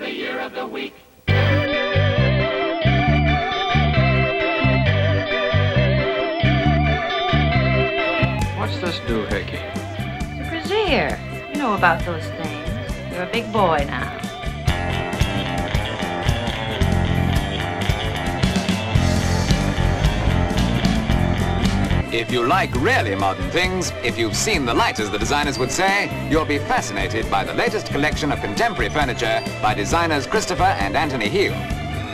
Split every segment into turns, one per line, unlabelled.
of the week. What's this doohickey?
Mr. Brazier, you know about those things. You're a big boy now.
If you like really modern things, if you've seen the light, as the designers would say, you'll be fascinated by the latest collection of contemporary furniture by designers Christopher and Anthony Heal.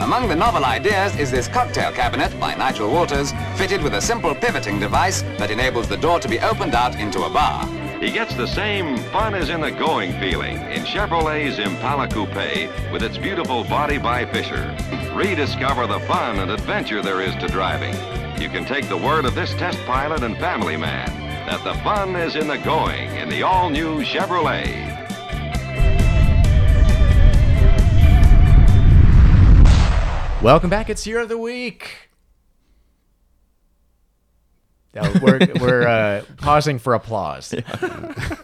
Among the novel ideas is this cocktail cabinet by Nigel Waters, fitted with a simple pivoting device that enables the door to be opened out into a bar.
He gets the same fun as in the going feeling in Chevrolet's Impala Coupe with its beautiful body by Fisher. Rediscover the fun and adventure there is to driving. You can take the word of this test pilot and family man that the fun is in the going in the all new Chevrolet.
Welcome back. It's year of the week. Now, we're we're uh, pausing for applause.
I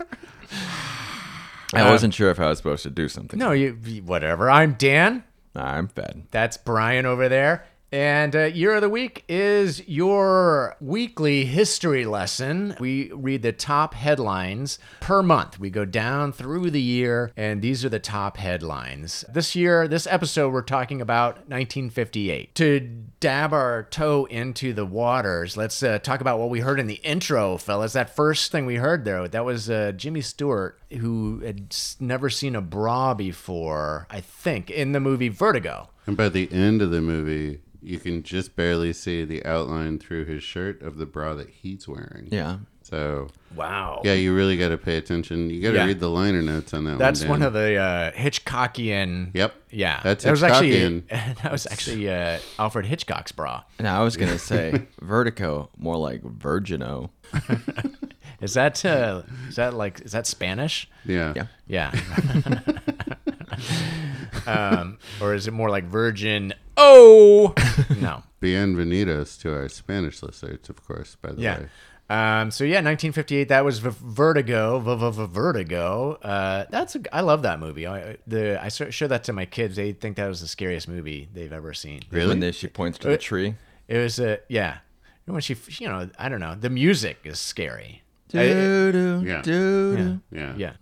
wasn't sure if I was supposed to do something.
No, you you- whatever. I'm Dan.
I'm fed.
That's Brian over there. And uh, year of the week is your weekly history lesson. We read the top headlines per month. We go down through the year, and these are the top headlines. This year, this episode, we're talking about 1958. To dab our toe into the waters, let's uh, talk about what we heard in the intro, fellas. That first thing we heard there, that was uh, Jimmy Stewart, who had s- never seen a bra before, I think, in the movie Vertigo.
And by the end of the movie, you can just barely see the outline through his shirt of the bra that he's wearing.
Yeah.
So,
Wow.
yeah, you really got to pay attention. You got to
Yeah.
read the liner notes on that
That's
one.
one of the uh, Hitchcockian.
Yep.
Yeah.
That's
that was actually
Hitchcockian.
that was actually uh, Alfred Hitchcock's bra.
Now I was gonna say Vertigo, more like Virgino.
Is that uh, is that like is that Spanish?
Yeah.
Yeah.
Yeah. um, or is it more like Virgin? Oh no.
Bienvenidos to our Spanish listeners, of course, by the
Yeah.
way.
Um, so yeah, 1958. That was v- Vertigo. V- v- v- Vertigo. Uh, that's a, I love that movie. I, the I sho- showed that to my kids. They think that was the scariest movie they've ever seen.
When they, she points to the tree.
It was a yeah. And When she, you know, I don't know. The music is scary.
Doo doo
Yeah.
doo doo.
Yeah.
Yeah,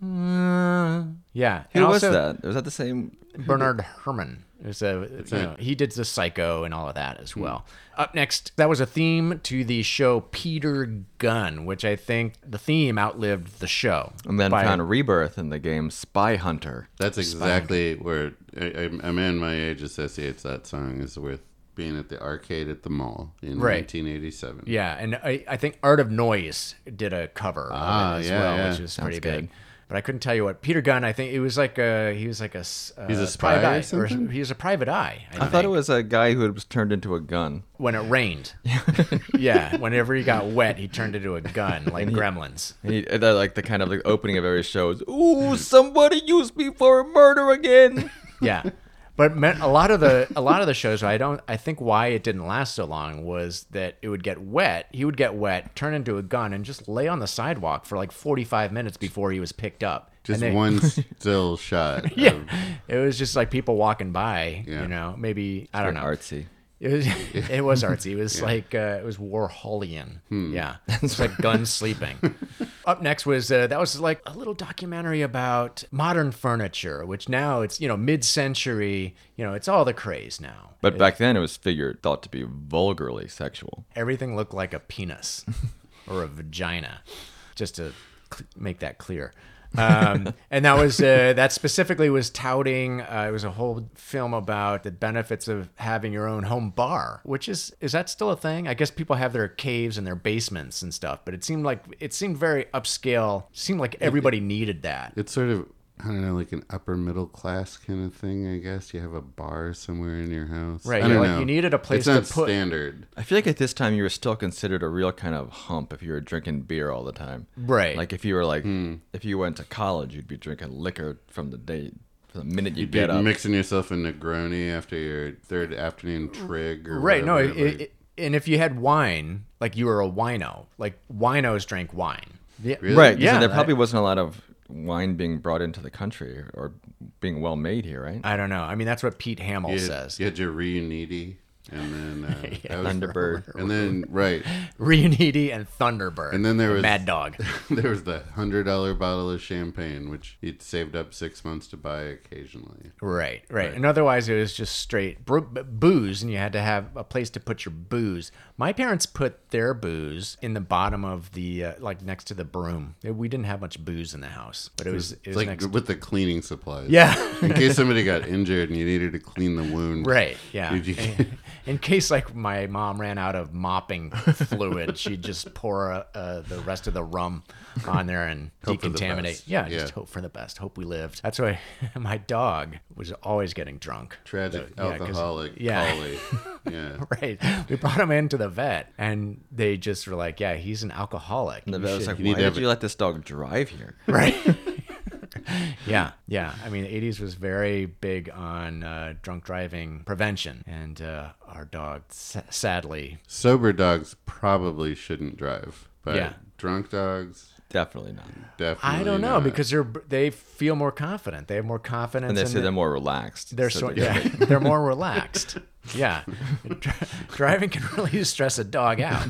yeah.
Uh. Who
and
was
also
that? Was that the same?
Bernard Herman. Is a, you know, he did the Psycho and all of that
Hmm.
as well. Up next, that was a theme to the show Peter Gunn, which I think the theme outlived the show.
And then
By-
found rebirth in the game Spy Hunter.
That's exactly where I, I, a man my age associates that song is with being at the arcade at the mall in
Right.
1987.
Yeah, and I, I think Art of Noise did a cover
Ah,
of it as
yeah,
well,
yeah.
which was
Sounds
pretty
good.
big. But I couldn't tell you what Peter Gunn. I think it was like a he was like a s- uh,
He's a spy
private
or
eye,
something?
he was a private eye.
I thought it was a guy who was turned into a gun.
when it rained. yeah, whenever he got wet, he turned into a gun like Gremlins.
And he, and I like the kind of the opening of every show is, "Ooh, somebody use me for murder again."
Yeah. But me- a lot of the a lot of the shows I don't I think why it didn't last so long was that it would get wet. He would get wet, turn into a gun, and just lay on the sidewalk for like forty five minutes before he was picked up.
Just
And they-
one still shot.
Yeah,
of-
it was just like people walking by.
Um, Yeah.
You know, maybe I don't know.
Artsy.
It was it was artsy. It was like uh, it was Warholian. Yeah, it's like gun sleeping. Up next was uh, that was like a little documentary about modern furniture, which now it's you know mid-century. You know, it's all the craze now.
But back then, it was figured thought to be vulgarly sexual.
Everything looked like a penis or a vagina, just to cl- make that clear. um, and that was uh, that specifically was touting. Uh, it was a whole film about the benefits of having your own home bar, which is is that still a thing? I guess people have their caves and their basements and stuff, but it seemed like it seemed very upscale. Seemed like everybody needed that.
It's sort of I don't know, like an upper middle class kind of thing. I guess you have a bar somewhere in your house,
Right,
I
you're
don't
like,
know.
you needed a place
it's not
to put-
standard.
I feel like at this time you were still considered a real kind of hump if you were drinking beer all the time.
Right.
Like if you were like if you went to college, you'd be drinking liquor from the day from the minute you
You'd
get
be
up.
mixing yourself in Negroni after your third afternoon trig, or
Right? No,
whatever,
it,
like-
it, and if you had wine, like you were a wino. Like winos drank wine. Yeah,
Right. Yeah.
Yeah,
There
that-
probably wasn't a lot of wine being brought into the country or being well made here, right?
I don't know. I mean, that's what Pete Hamill
You had,
says.
you had your Reuniti, and then uh, that was-
Thunderbird.
and then right,
Reuniti and Thunderbird.
And then there was-
Mad Dog.
there was the hundred dollar bottle of champagne, which you'd saved up six months to buy occasionally.
Right, right, And otherwise, it was just straight bru- b- booze, and you had to have a place to put your booze. My parents put their booze in the bottom of the, uh, like next to the broom. We didn't have much booze in the house, but it was, it
It's
was
like
next.
with the cleaning supplies.
yeah.
in case somebody got injured and you needed to clean the wound.
Right. Yeah.
Did you-
In- In case like my mom ran out of mopping fluid, she'd just pour uh, uh, the rest of the rum on there and
Hope for the
decontaminate.
best.
Yeah, just
Yeah.
hope for the best. Hope we lived. That's why my dog was always getting drunk.
Tragic
Yeah, 'cause-
alcoholic.
yeah.
collie. Yeah.
Right. We brought him into the vet and they just were like, yeah, he's an alcoholic.
And the
You
vet was
should-
like,
you need
why
to
did
have
you
it-
let this dog drive here?
right. yeah. Yeah. I mean, the 80s was very big on uh, drunk driving prevention. And uh, our dog, sa- sadly,
Sober dogs probably shouldn't drive, but
Yeah.
drunk dogs
Definitely not.
definitely.
I don't know
not.
because they're they feel more confident. They have more confidence.
And they
in
say
the-
they're more relaxed.
they're
so
sort
they-
yeah, they're more relaxed. Yeah, Dri- driving can really stress a dog out.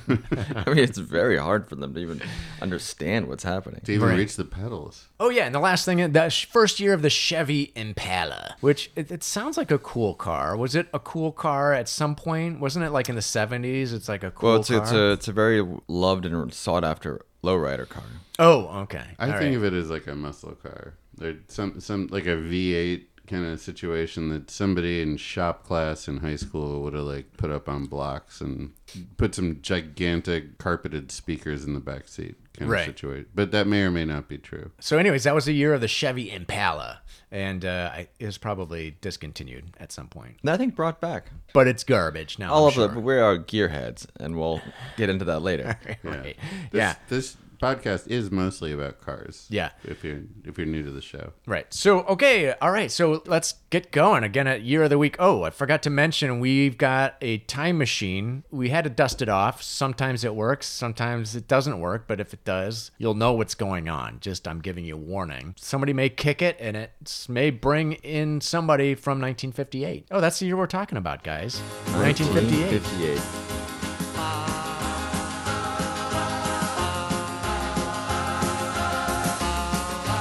I mean, it's very hard for them to even understand what's happening.
to even
Right.
reach the pedals.
Oh yeah, and the last thing, the sh- first year of the Chevy Impala, which it, it sounds like a cool car. Was it a cool car at some point? Wasn't it like in the seventies? It's like a cool
Well, it's,
car.
it's, a, it's a very loved and sought after lowrider car.
oh, okay.
I
All right.
think of it as like a muscle car. There some some like a V eight kind of situation that somebody in shop class in high school would have like put up on blocks and put some gigantic carpeted speakers in the back seat kind
Right.
of situation. But that may or may not be true.
So, anyways, that was the year of the Chevy Impala, and uh, I, it was probably discontinued at some point.
Nothing brought back.
But it's garbage now.
All
I'm
of
sure.
the, but we are gearheads, and we'll get into that later.
Right.
This,
yeah.
This podcast is mostly about cars.
Yeah.
If you're if you're new to the show.
Right. So, okay. All right. So let's get going again at year of the week. Oh, I forgot to mention we've got a time machine. We had to dust it off. Sometimes it works, sometimes it doesn't work. But if it does, you'll know what's going on. Just I'm giving you a warning. Somebody may kick it and it s- may bring in somebody from 1958. Oh, that's the year we're talking about, guys. 1958.
1958.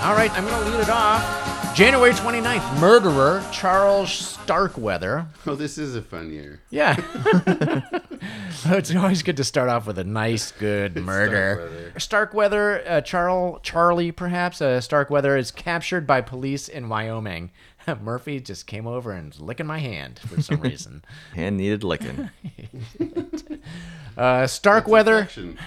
All right, I'm going to lead it off. January 29th, murderer Charles Starkweather
Oh, this is a fun year.
Yeah. it's always good to start off with a nice, good murder. Starkweather, uh, Charl, Charlie, perhaps. Uh, Starkweather is captured by police in Wyoming. Murphy just came over and was licking my hand for some reason.
Hand needed licking.
Uh, Starkweather.
Action.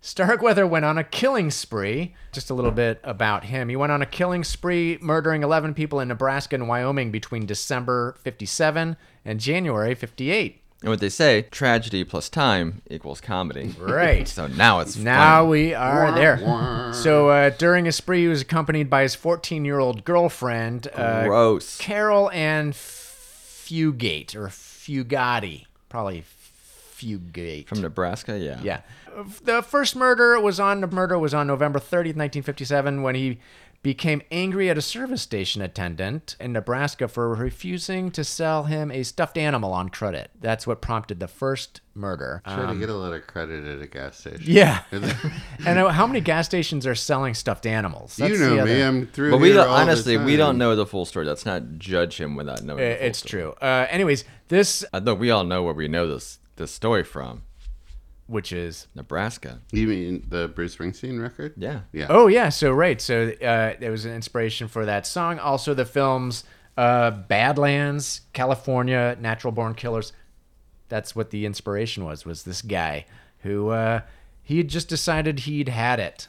Starkweather went on a killing spree. Just a little bit about him. He went on a killing spree, murdering 11 people in Nebraska and Wyoming between December 57 and January 58.
And what they say, tragedy plus time equals comedy.
Right.
So now it's
Now
fun.
we are there. So uh, during his spree, he was accompanied by his 14 year old girlfriend, uh,
gross.
Carol Ann Fugate, or Fugati. Probably Fugate.
From Nebraska, yeah.
yeah. The first murder was on the murder was on November 30th, 1957, when he became angry at a service station attendant in Nebraska for refusing to sell him a stuffed animal on credit. That's what prompted the first murder.
Try to get a lot of credit at a gas station.
Yeah. and uh, how many gas stations are selling stuffed animals?
You
That's
know
the
me.
other-
I'm through.
But we
here
don't,
all the
honestly, we
time.
don't know the full story. Let's not judge him without knowing.
Uh,
the full
It's
story.
true. Uh, anyways, this,
I know we all know where we know this this story from.
which is.
Nebraska.
You mean the Bruce Springsteen record?
Yeah.
Yeah.
Oh, yeah. So, right. So, uh, it was an inspiration for that song. Also, the films uh, Badlands, California, Natural Born Killers. That's what the inspiration was, was this guy who uh, he had just decided he'd had it.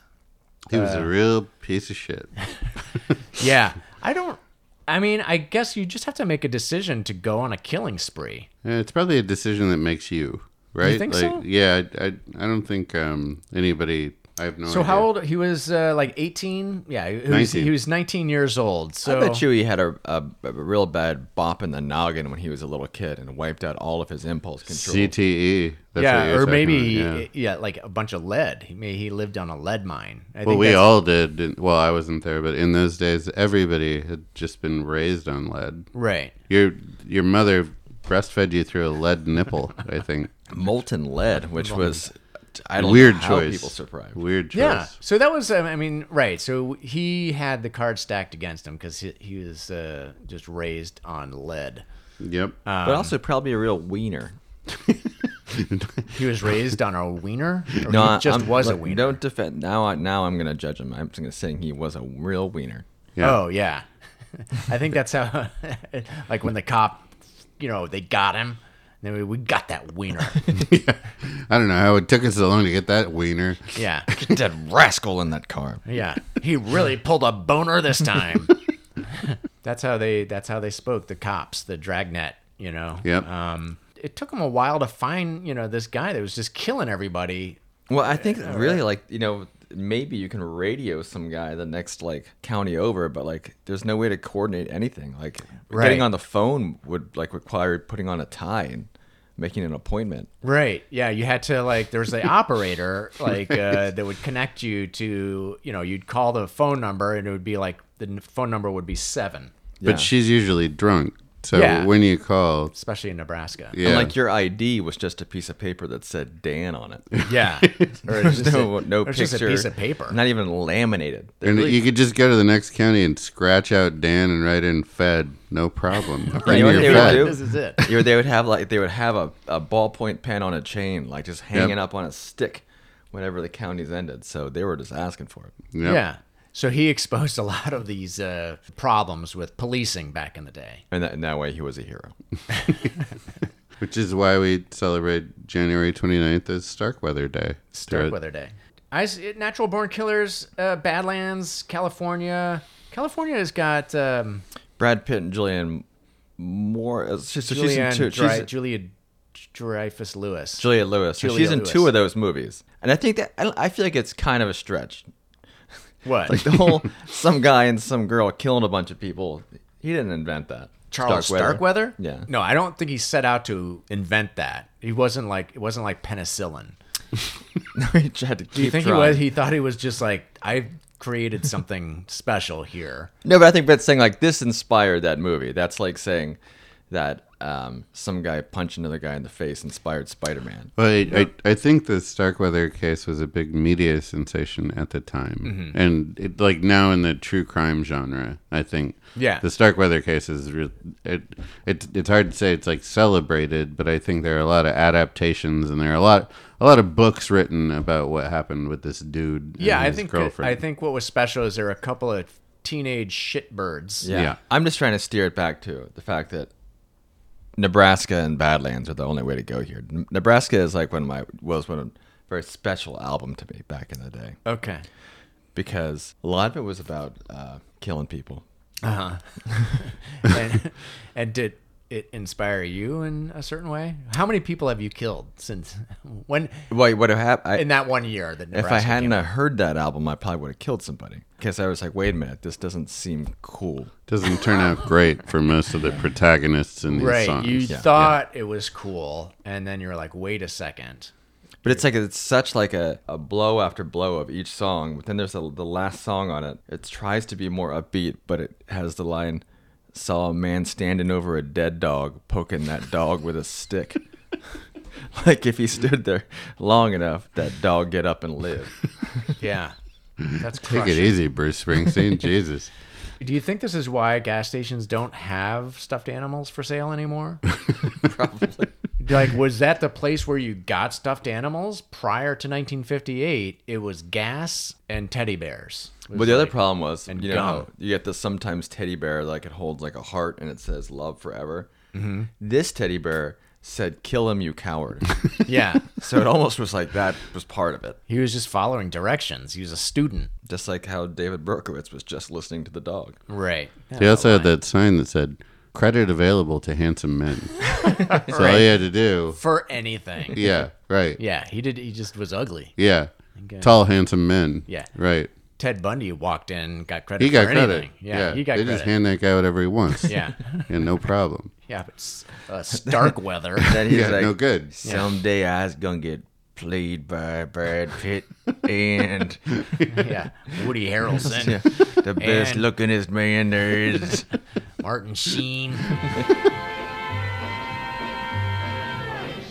He was
uh,
a real piece of shit.
Yeah. I don't. I mean, I guess you just have to make a decision to go on a killing spree.
Yeah, it's probably a decision that makes you right.
think
like,
so?
Yeah, I, I, I don't think um, anybody I have no
So
idea.
how old? He was uh, like 18. Yeah, he was,
19.
he was 19 years old. So
I bet you he had a, a, a real bad bop in the noggin when he was a little kid and wiped out all of his impulse control.
CTE. E. That's what
yeah,
you're
or
talking
maybe
about,
yeah. like a bunch of lead. He may he lived on a lead mine. I
Well,
think
we
that's-
all did. didn't- Well, I wasn't there, but in those days, everybody had just been raised on lead.
right.
Your your mother breastfed you through a lead nipple. I think
Molten lead, which was I don't
weird
know how
choice.
people survived.
Weird choice.
Yeah. So that was, um, I mean, right. So he had the card stacked against him because he, he was uh, just raised on lead.
Yep.
but also probably a real wiener.
He was raised on a wiener? Or
No,
he
I-
just
I'm-
was a
look,
wiener.
Don't defend now. I, now I'm gonna judge him. I'm just gonna say he was a real wiener.
Yeah.
Oh, yeah. I think that's how, like when the cop, you know, they got him. and Then we, we got that wiener.
I don't know how it took us so long to get that wiener.
Yeah.
Get that rascal in that car.
Yeah. He really pulled a boner this time. that's how they that's how they spoke, the cops, the dragnet, you know.
Yep.
Um it took them a while to find, you know, this guy that was just killing everybody.
Well, I think really like you know maybe you can radio some guy the next like county over, but like there's no way to coordinate anything. Like
Right.
getting on the phone would like require putting on a tie and making an appointment.
Right. Yeah, you had to like there was the operator like uh, that would connect you to, you know, you'd call the phone number and it would be like the n- phone number would be 7,
Yeah.
But she's usually drunk. So
Yeah.
when you call,
especially in Nebraska.
yeah.
And like your ID was just a piece of paper that said Dan on it.
Yeah. or it's
There's
just
no
a-
no
or it's
picture.
just a piece of paper.
Not even laminated. They're
and
really-
you could just go to the next county and scratch out Dan and write in Fed. No problem.
You know
In
what
your
they would
Fed.
do?
This is it.
you know, they would have like they would have a, a ballpoint pen on a chain, like just hanging up on a stick whenever the counties ended. So they were just asking for it.
Yep.
Yeah. So he exposed a lot of these uh, problems with policing back in the day.
And that, and that way he was a hero.
Which is why we celebrate January 29th as Starkweather Day.
Starkweather Day. I, s- natural Born Killers, uh, Badlands, California. California has got um,
Brad Pitt and Julianne Moore. uh, she- So she's in
Julianne
two.
Dri-
she's,
Julia Dreyfus Lewis.
Julia Lewis. So
Julia
she's in two
Lewis.
of those movies, and I think that I, don't- I feel like it's kind of a stretch.
what?
Like the whole some guy and some girl killing a bunch of people. He didn't invent that.
Charles Starkweather?
Starkweather? Yeah.
No, I don't think he set out to invent that. He wasn't like it wasn't like penicillin.
he tried to keep
Do you think
trying.
he was? He thought he was just like I created something special here.
No, but I think that's saying like this inspired that movie. That's like saying that um, some guy punched another guy in the face inspired Spider-Man.
Well, I, I, I think the Starkweather case was a big media sensation at the time,
Mm-hmm.
and it, like now in the true crime genre, I think
Yeah.
the Starkweather case is real. It, it it's hard to say it's like celebrated, but I think there are a lot of adaptations and there are a lot a lot of books written about what happened with this dude. and
Yeah, I
his
think
girlfriend.
I think what was special is there were a couple of teenage shitbirds.
Yeah.
I'm just trying to steer it back to the fact that Nebraska and Badlands are the only way to go here. N- Nebraska is like one of my was one of very special album to me back in the day
Okay.
because a lot of it was about uh, killing people.
And, and did it inspire you in a certain way? How many people have you killed since when
Wait, what happened?
in that one year that
If
Nebraska
I hadn't
came out?
have heard that album, I probably would have killed somebody. Because I was like, wait a minute, this doesn't seem cool.
doesn't turn out great for most of the protagonists in these
right,
songs.
you thought it was cool, and then you're like, wait a second.
But it's like it's such like a, a blow after blow of each song. But then there's a, the last song on it. It tries to be more upbeat, but it has the line, "Saw a man standing over a dead dog, poking that dog with a stick." like if he stood there long enough, that dog get up and live.
Yeah, that's
Take it
crushing.
easy, Bruce Springsteen. Jesus.
Do you think this is why gas stations don't have stuffed animals for sale anymore?
Probably.
like was that the place where you got stuffed animals prior to 1958 it was gas and teddy bears It
But
was
the other
like-
problem was,
and
you know, how
gum.
you get the sometimes teddy bear like it holds like a heart and it says "love forever."
Mm-hmm.
This teddy bear said, "Kill him, you coward."
yeah
so it almost was like that was part of it.
he was just following directions he was a student
just like how David Berkowitz was just listening to the dog.
right
They also had that sign that said "Credit available to handsome men." so all you had to do,
for anything
yeah, right, yeah,
yeah he did he just was ugly
Tall, handsome men.
Yeah.
Right.
Ted Bundy walked in, got credit
He got
for
credit.
anything. Yeah, he got
they
credit.
just hand that guy whatever he wants.
yeah,
And no problem.
yeah, but s- uh, Stark weather.
Then he's
Yeah,
like,
no good.
Someday I's gonna get played by Brad Pitt and
Yeah, Woody Harrelson,
the best
And-
lookingest man there is.
Martin Sheen.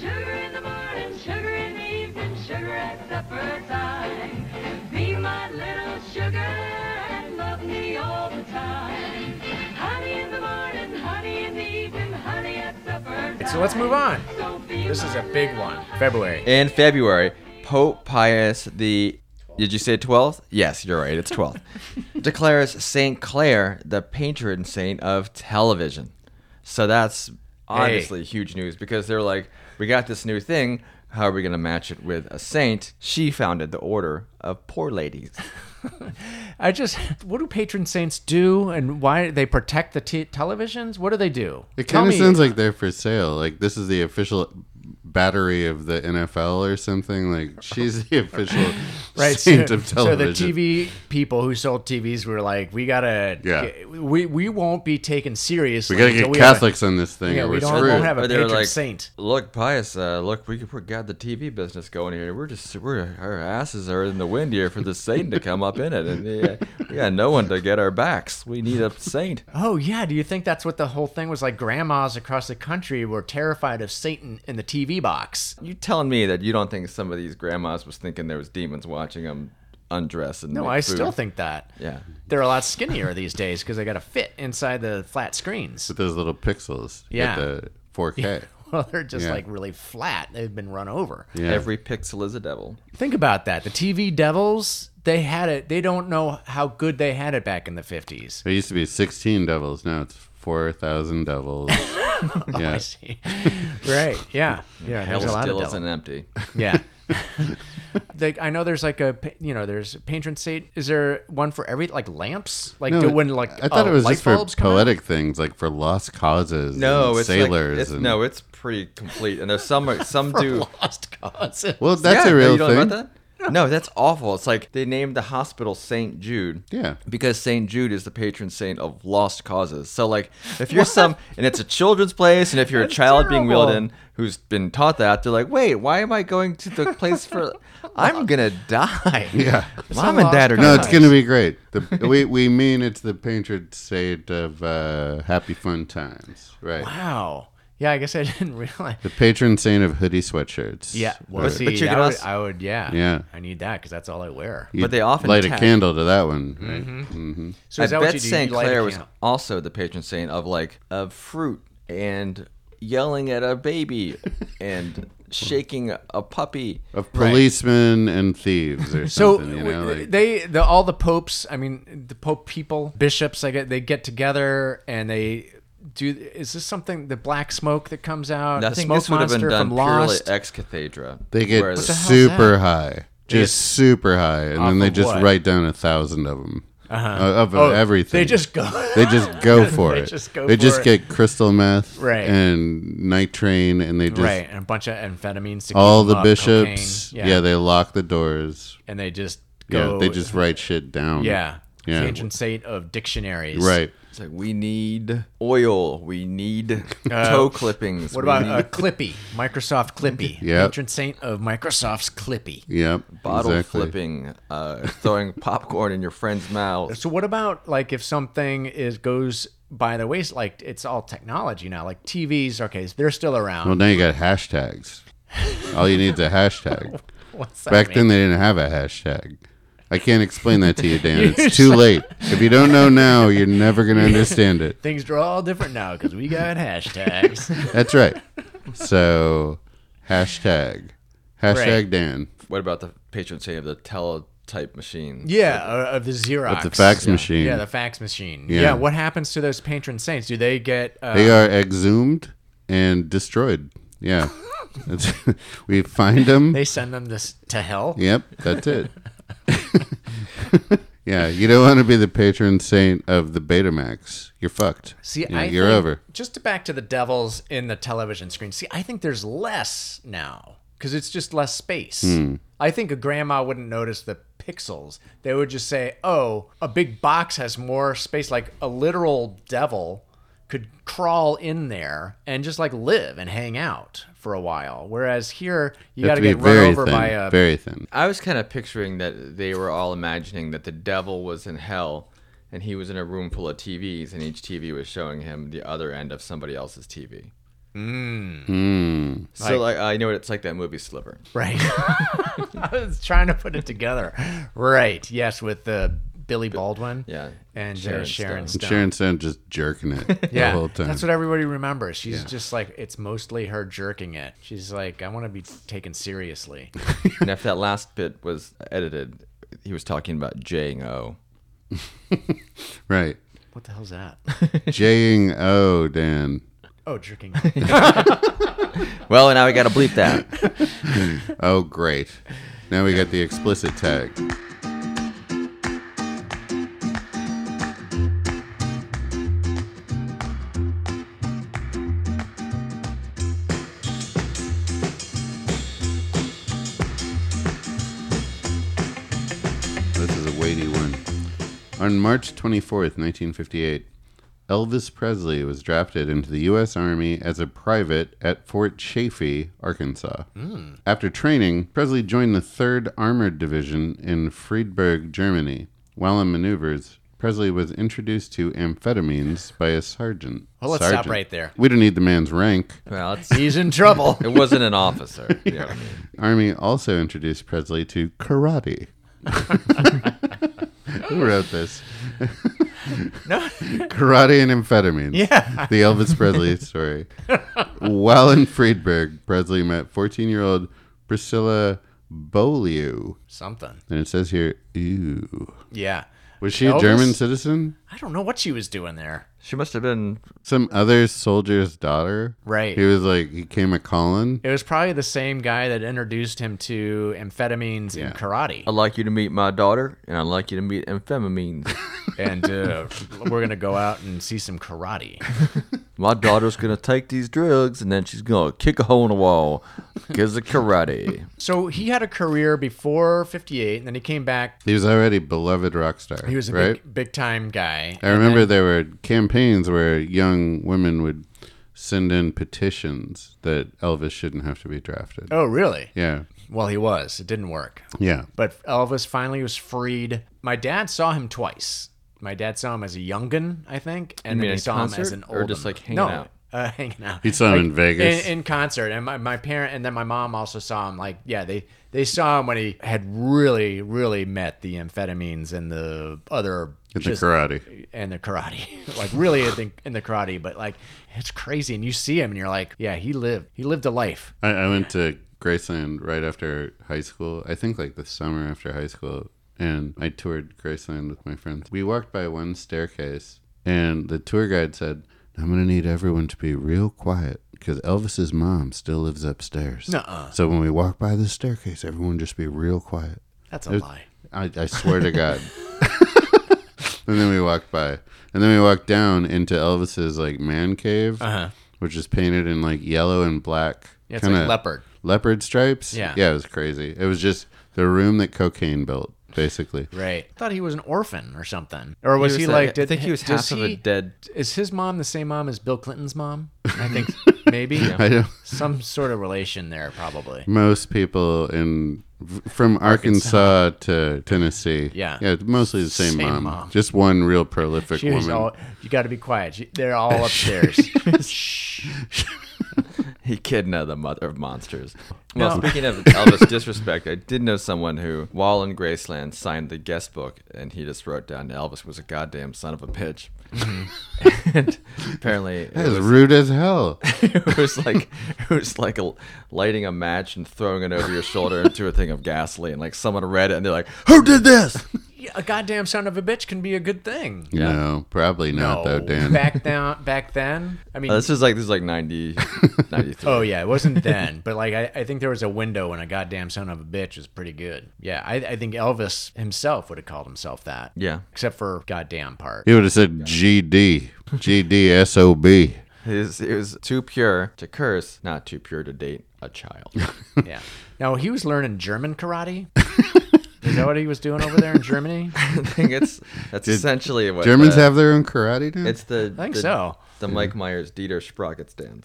Sugar in the morning, sugar in the evening, sugar at supper time. Be my little sugar and love me all the time. Honey in the morning, honey in the evening, honey at supper time.
So let's move on.
So be
This is
my
a big one. February.
In February, Pope Pius the did you say 12th? Yes, you're right. It's 12th. declares Saint Clair the patron saint of television. So that's obviously huge news because they're like, we got this new thing. How are we going to match it with a saint? She founded the Order of Poor Ladies.
I just, what do patron saints do, and why they protect the t- televisions? What do they do?
It
Tell
kind of
me-
sounds like they're for sale. Like this is the official battery of the NFL or something. Like she's the official
right,
saint
so,
of
so the
television.
TV people who sold TVs were like, we gotta,
Yeah.
get- we we won't be taken seriously.
we gotta
until
get
have a-
Catholics on this thing.
Yeah,
or
we
we're
don't-
screwed.
won't have a
Or they were
patron saint.
Look, Pius. Uh, look, we could we got the TV business going here. We're just we're our asses are in the wind here for the saint to come up in it, and uh, we got no one to get our backs. We need a saint.
Oh yeah, do you think that's what the whole thing was like? Grandmas across the country were terrified of Satan in the TV box.
You telling me that you don't think some of these grandmas was thinking there was demons watching them undress and
No,
make
I
food?
still think that.
yeah.
They're a lot skinnier these days because they got to fit inside the flat screens.
with those little pixels. at
Yeah.
the 4K.
Well, they're just
Yeah.
like really flat. They've been run over.
Yeah.
Every pixel is a devil.
Think about that. The TV devils, they had it. They don't know how good they had it back in the 50s.
There used to be 16 devils. Now it's 4,000 devils.
Oh,
yeah.
right. Yeah. Yeah.
Hell
There's a lot of
still
devils.
isn't empty.
Yeah. like I know there's like a pa- you know there's patron saint. Is there one for every like lamps? Like do when like
I thought
uh,
it was
light
just for
bulbs come out?
poetic things, like for lost causes.
No,
and
it's
sailors.
Like, it's,
and,
No, it's pretty complete. And there's some some do.
lost causes.
well, that's
Yeah,
a
no,
real
you don't know
thing.
about that? No, that's awful. It's like they named the hospital St. Jude.
Yeah.
Because St. Jude is the patron saint of lost causes. So, like, if you're some, and it's a children's place, and if you're a child being wheeled
terrible.
in who's been taught that, they're like, wait, why am I going to the place for, I'm going to die.
Yeah.
Mom and dad are
No, it's
dying.
going to be great. The, we, we mean it's the patron saint of uh, happy fun times. Right.
Wow. Yeah, I guess I didn't realize.
The patron saint of hoodie sweatshirts.
Yeah. Well,
Or-
see,
but you
I,
can
would,
also-
I would. Yeah.
Yeah.
I need that because that's all I wear.
you'd
But they often
light a
tag- Mm-hmm.
candle to that one. Right?
So is
I
that what
bet
you do?
St.
You light a
Clair was
candle.
also the patron saint of like of fruit and yelling at a baby and shaking a puppy.
Of policemen and thieves or
So
something. you know,
w-
like,
they, the, all the popes, I mean, the pope people, bishops, I get, they get together and they do. Is this something the black smoke that comes out?
I
the
think
smoke
this would have been
monster
done
from
purely
Lost.
ex cathedra.
They get
Whereas-
the hell's
super high, just super high, and
Off
then they
of
just
what?
write down a thousand of them of, of
Oh,
everything.
They just go.
they just go for
They
it.
just go
they
for
just
it.
get crystal meth,
Right.
and nitrane, and they just
right, and a bunch of amphetamines. To
all
keep
the
them up,
bishops.
cocaine,
yeah. they lock the doors.
and they just
Yeah,
go.
they just write shit down.
yeah,
Yeah.
Patron saint of dictionaries.
right.
It's like we need oil, we need toe clippings.
Uh, What
we
about
need
uh, Clippy? Microsoft Clippy.
Yep.
Patron saint of Microsoft's Clippy.
Yep,
bottle
exactly.
flipping, uh, throwing popcorn in your friend's mouth?
So what about like if something is goes by the waste? Like it's all technology now. Like TVs, okay, they're still around.
Well, now you got hashtags. all you need is a hashtag.
What's that
Back
mean?
then, they didn't have a hashtag. I can't explain that to you, Dan. It's too late. If you don't know now, you're never going to understand it.
things are all different now because we got hashtags.
That's right. So, hashtag. Hashtag
Right.
Dan.
What about the patron saint of the teletype machine?
yeah, uh, of the Xerox,
With the fax machine.
Yeah, the fax machine. Yeah.
Yeah.
what happens to those patron saints? Do they get? Uh,
they are exhumed and destroyed. Yeah. That's, we find them.
they send them this to hell.
Yep, that's it. yeah, you don't want to be the patron saint of the Betamax. You're fucked.
See,
Yeah,
I
you're
think-
over.
Just to back to the devils
Hmm.
in the television screen. See, I think there's less now because it's just less space. I think a grandma wouldn't notice the pixels. They would just say, "Oh, a big box has more space." Like a literal devil could crawl in there and just like live and hang out for a while. Whereas here, you, got to get run over
thin,
by a
very thin.
I was kind of picturing that they were all imagining that the devil was in hell and he was in a room full of TVs and each TV was showing him the other end of somebody else's TV.
Hmm.
Mm. So like, I know it's like that movie Sliver.
right. I was trying to put it together. Right. Yes, with the Billy Baldwin.
Yeah.
And Sharon, uh,
Sharon
Sharon
Stone.
Stone.
Sharon Stone just jerking it
yeah,
the whole time.
that's what everybody remembers. She's just like it's mostly her jerking it. She's like, I want to be taken seriously.
and if that last bit was edited, he was talking about J and O.
right.
What the hell's that?
J-ing O, Dan.
Oh, jerking.
Well, now we got to bleep that.
Oh, great. Now we got the explicit tag. This is a weighty one. On March 24th, 1958, Elvis Presley was drafted into the U.S. Army as a private at Fort Chaffee, Arkansas.
Hmm.
After training, Presley joined the 3rd Armored Division in Friedberg, Germany. While in maneuvers, Presley was introduced to amphetamines by a sergeant.
Well, let's
sergeant.
stop right there.
We don't need the man's rank.
Well, it's,
He's in trouble.
it wasn't an officer. You know what I mean?
Army also introduced Presley to karate. Who wrote this? Karate and amphetamines.
Yeah.
The Elvis Presley story. While in Friedberg, Presley met 14 year old Priscilla Beaulieu.
Something.
And it says here, ooh.
Yeah.
Was she a
Elvis?
German citizen?
I don't know what she was doing there.
She must have been
Some other soldier's daughter?
Right.
He was like, he came a calling.
It was probably the same guy that introduced him to amphetamines and karate.
I'd like you to meet my daughter, and I'd like you to meet amphetamines.
And uh, we're going to go out and see some karate.
My daughter's gonna take these drugs, and then she's gonna kick a hole in the wall, gives a karate.
So he had a career before 58, and then he came back.
He was already beloved rock star.
He was a
right?
big, big time guy.
I remember there were campaigns where young women would send in petitions that Elvis shouldn't have to be drafted.
Oh, really?
Yeah.
Well, he was. It didn't work.
Yeah.
But Elvis finally was freed. My dad saw him twice. My dad saw him as a youngun, I think, and
mean
then he
in
saw him as
concert
an old
or just, like, hanging
no,
out?
Uh, hanging out.
He saw him in Vegas.
in, in concert, and my, my parent and then my mom also saw him. Like, yeah, they they saw him when he had really, really met the amphetamines and the other
in the
just-
karate.
and the karate, like really in the, in the karate. But like, it's crazy, and you see him, and you're like, yeah, he lived, he lived a life.
I, I went to Graceland right after high school. I think like the summer after high school. And I toured Graceland with my friends. We walked by one staircase, and the tour guide said, I'm going to need everyone to be real quiet because Elvis's mom still lives upstairs.
Nuh-uh.
So when we walk by the staircase, everyone just be real quiet.
That's a lie.
I, I swear to God. and then we walked by, and then we walked down into Elvis's like man cave, which is painted in like yellow and black,
Uh-huh. Yeah, it's like
kinda
leopard.
leopard stripes.
Yeah.
yeah, it was crazy. It was just the room that cocaine built, basically.
Right. I thought he was an orphan or something. Or was he,
was, uh,
like,
I
did-
think he was
does
half of a
he-
dead-
Is his mom the same mom as Bill Clinton's mom? I think maybe.
I don't,
Some sort of relation there, probably.
most people in f- from Arkansas, to Tennessee.
Yeah.
yeah, it's mostly the same,
Same
mom.
mom.
Just one real prolific
She was
woman.
all, you got to be quiet. She- They're all upstairs. Shh.
He kidnapped the mother of monsters. Well, speaking of Elvis disrespect, I did know someone who, while in Graceland, signed the guest book, and he just wrote down Elvis was a goddamn son of a bitch. and apparently, it
that
was,
is rude as hell.
it was like it was like a, lighting a match and throwing it over your shoulder into a thing of gasoline. Like someone read it, and they're like, "Who did this?"
Yeah, a goddamn son of a bitch can be a good thing.
No, probably not though, Dan.
Back down, back then. I mean,
Uh, this is like this is like 90, 93.
oh yeah, it wasn't then, but like I, I think there was a window when a goddamn son of a bitch was pretty good. Yeah, I, I think Elvis himself would have called himself that.
yeah.
except for goddamn part.
He would have said GD, GDSOB.
It was, it was too pure to curse, not too pure to date a child.
Yeah. Now he was learning German karate. Is that what he was doing over there in Germany?
I think it's that's essentially what
Germans
the-
have their own karate now. It's
It's the
I think
the-
so.
The Mike Myers Dieter Sprockets dance,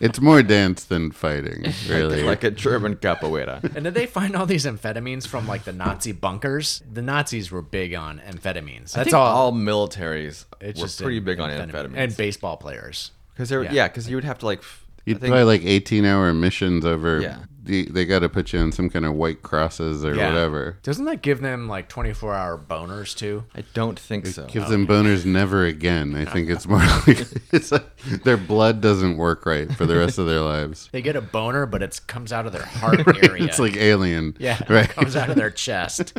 it's more dance than fighting, really.
like a German capoeira.
And did they find all these amphetamines from like the Nazi bunkers? The Nazis were big on amphetamines. That's all.
all militaries
It's
were
just
pretty
in-
big on
and
amphetamines
baseball players.
because they were
yeah.
yeah because you would have to like f- I
You'd
think-
play like eighteen-hour missions over.
Yeah.
They, they got to put you on some kind of white crosses or
Yeah.
whatever.
Doesn't that give them like 24 hour boners too?
I don't think so.
Gives them boners never again. I think it's more like it's like their blood doesn't work right for the rest of their lives.
They get a boner, but it comes out of their heart area.
It's like alien.
yeah,
Right.
it comes out of their chest.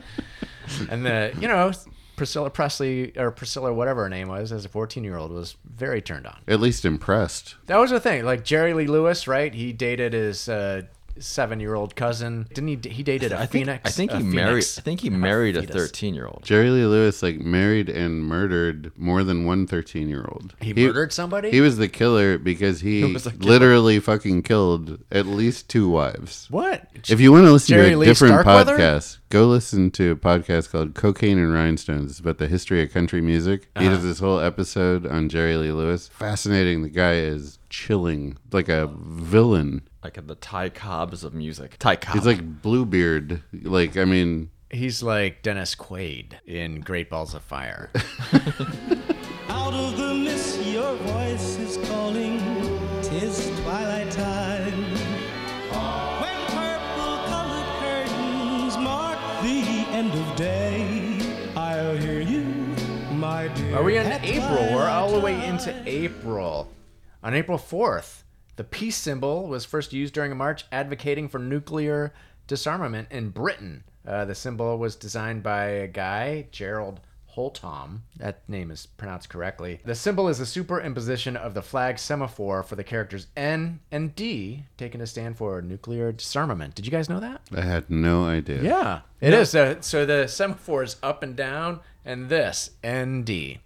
and the you know Priscilla Presley or Priscilla whatever her name was as a 14 year old was very turned on.
At least impressed.
That was the thing. Like Jerry Lee Lewis, right? He dated his uh, seven-year-old cousin. Didn't he? He dated a
I think
phoenix.
I think
a
he married
phoenix.
I think he married a
fetus.
thirteen year old.
Jerry Lee Lewis like married and murdered more than one 13 year old.
He murdered somebody?
He was the killer because he,
was a killer.
literally fucking killed at least two wives.
What?
If you want to listen
Jerry
to a
Lee
different
Starkweather?
podcast, go listen to a podcast called Cocaine and Rhinestones. It's about the history of country music. He
Uh-huh.
does this whole episode on Jerry Lee Lewis. Fascinating. The guy is chilling like a villain.
Like the Ty Cobbs of music. Ty Cobb.
He's like Bluebeard. Like, I mean,
He's like Dennis Quaid in Great Balls of Fire.
Out of the mist, your voice is calling. Tis twilight time. When purple colored curtains mark the end of day, I'll hear you, my dear.
Are we in
at
April? We're all the way into
twilight
April. On April 4th, the peace symbol was first used during a march advocating for nuclear disarmament in Britain. Uh, the symbol was designed by a guy, Gerald Holtom. That name is pronounced correctly. The symbol is a superimposition of the flag semaphore for the characters N and D, taken to stand for nuclear disarmament. Did you guys know that?
I had no idea.
Yeah, it is. So, so the semaphore is up and down, and this ND.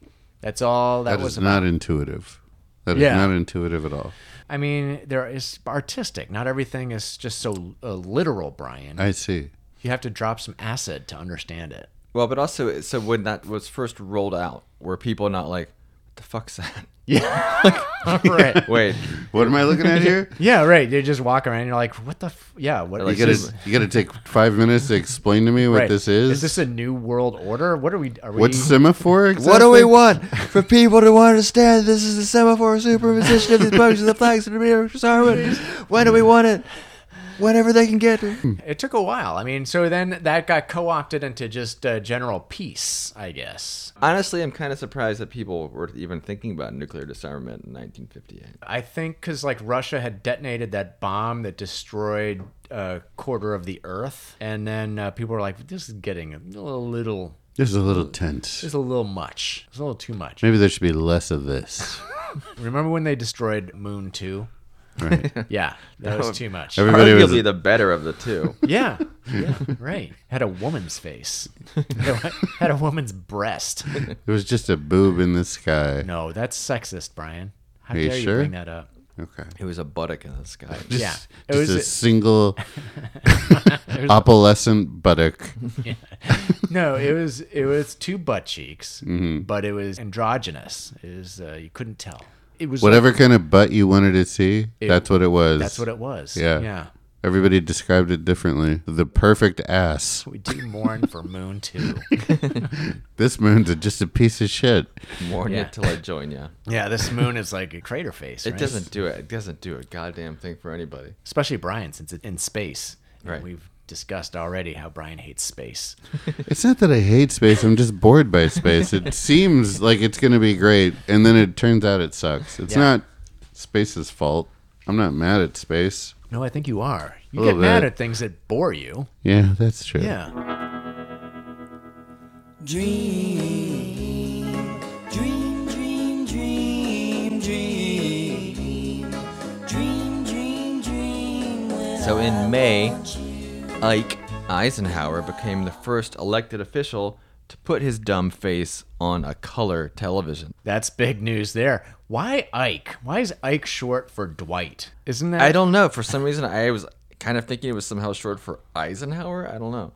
That's all that,
That
was
is
about.
not intuitive. That is
Yeah.
not intuitive at all.
I mean, there is artistic. Not everything is just so uh, literal, Brian.
I see.
you have to drop some acid to understand it.
well, but also so when that was first rolled out, were people not like, what the fuck's that?
right.
Wait,
What am I looking at here?
Yeah, right. You just walk around. And you're like, what the? F-? Yeah, what?
Like,
is
You
this?
gotta, you gotta take five minutes to explain to me what
right.
this is.
Is this a new world order? What are we? Are we?
What's semaphore exactly?
want? For people to understand this is the semaphore superimposition of the bugs of the flags of the disarmament. When do we want it? Whenever they can get it.
It took a while. I mean, so then that got co-opted into just uh, general peace, I guess.
Honestly, I'm kind of surprised that people were even thinking about nuclear disarmament in 1958.
I think because like Russia had detonated that bomb that destroyed a quarter of the Earth, and then uh, people were like, "This is getting a little, little
There's a little tense.
this is a little much. It's a little too much."
Maybe there should be less of this.
Remember when they destroyed Moon Two?
Right.
Yeah, that was too much.
Everybody was.
Arguably the better of the two.
Yeah, yeah, right. Had a woman's face. Had a woman's breast.
It was just a boob in the sky.
No, that's sexist, Brian. How
Are you
dare you
sure?
bring that up?
Okay.
It was a buttock in the sky.
Just,
Yeah, it
just
was
a
a-
single opalescent buttock.
No, it was it was two butt cheeks,
Mm-hmm.
but it was androgynous. It was uh, you couldn't tell. It was
Whatever kind of butt you wanted to see, that's what it was.
That's what it was.
Yeah.
yeah.
Everybody described it differently. The perfect ass.
We do mourn for Moon Two.
This moon's a- just a piece of shit.
Mourn
Yeah.
it till I join ya.
yeah, this moon is like a crater face.
It
right?
doesn't do it. It doesn't do a goddamn thing for anybody.
especially Brian, since it's in space. And
Right.
We've discussed already how Brian hates space.
It's not that I hate space. I'm just bored by space. It seems like it's going to be great, and then it turns out it sucks. It's
Yeah.
not space's fault. I'm not mad at space.
No, I think you are. You get
A little
mad
bit.
at things that bore you.
Yeah, that's true.
Yeah.
Dream, dream, dream, dream, dream, dream, dream, dream. When
So
I
in May,
want you.
Ike Eisenhower became the first elected official to put his dumb face on a color television.
That's big news there. Why Ike? Why is Ike short for Dwight? Isn't that
I don't know. For some reason, I was kind of thinking it was somehow short for Eisenhower. I don't know.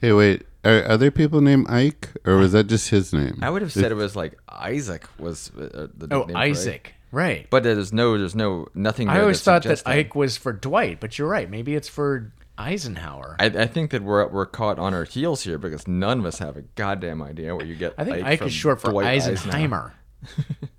Hey, wait. Are other people named Ike, or was that just his name?
I would have said it was like Isaac was uh, the
Oh,
nickname for Ike.
Isaac. Right.
But there's no, there's no nothing.
I
there
always
that
thought that
suggests
Ike was for Dwight, but you're right. Maybe it's for Eisenhower. I,
I, I think that we're we're caught on our heels here because none of us have a goddamn idea where you get.
think Ike,
from
is short for
Dwight Eisenhower.
Eisenheimer.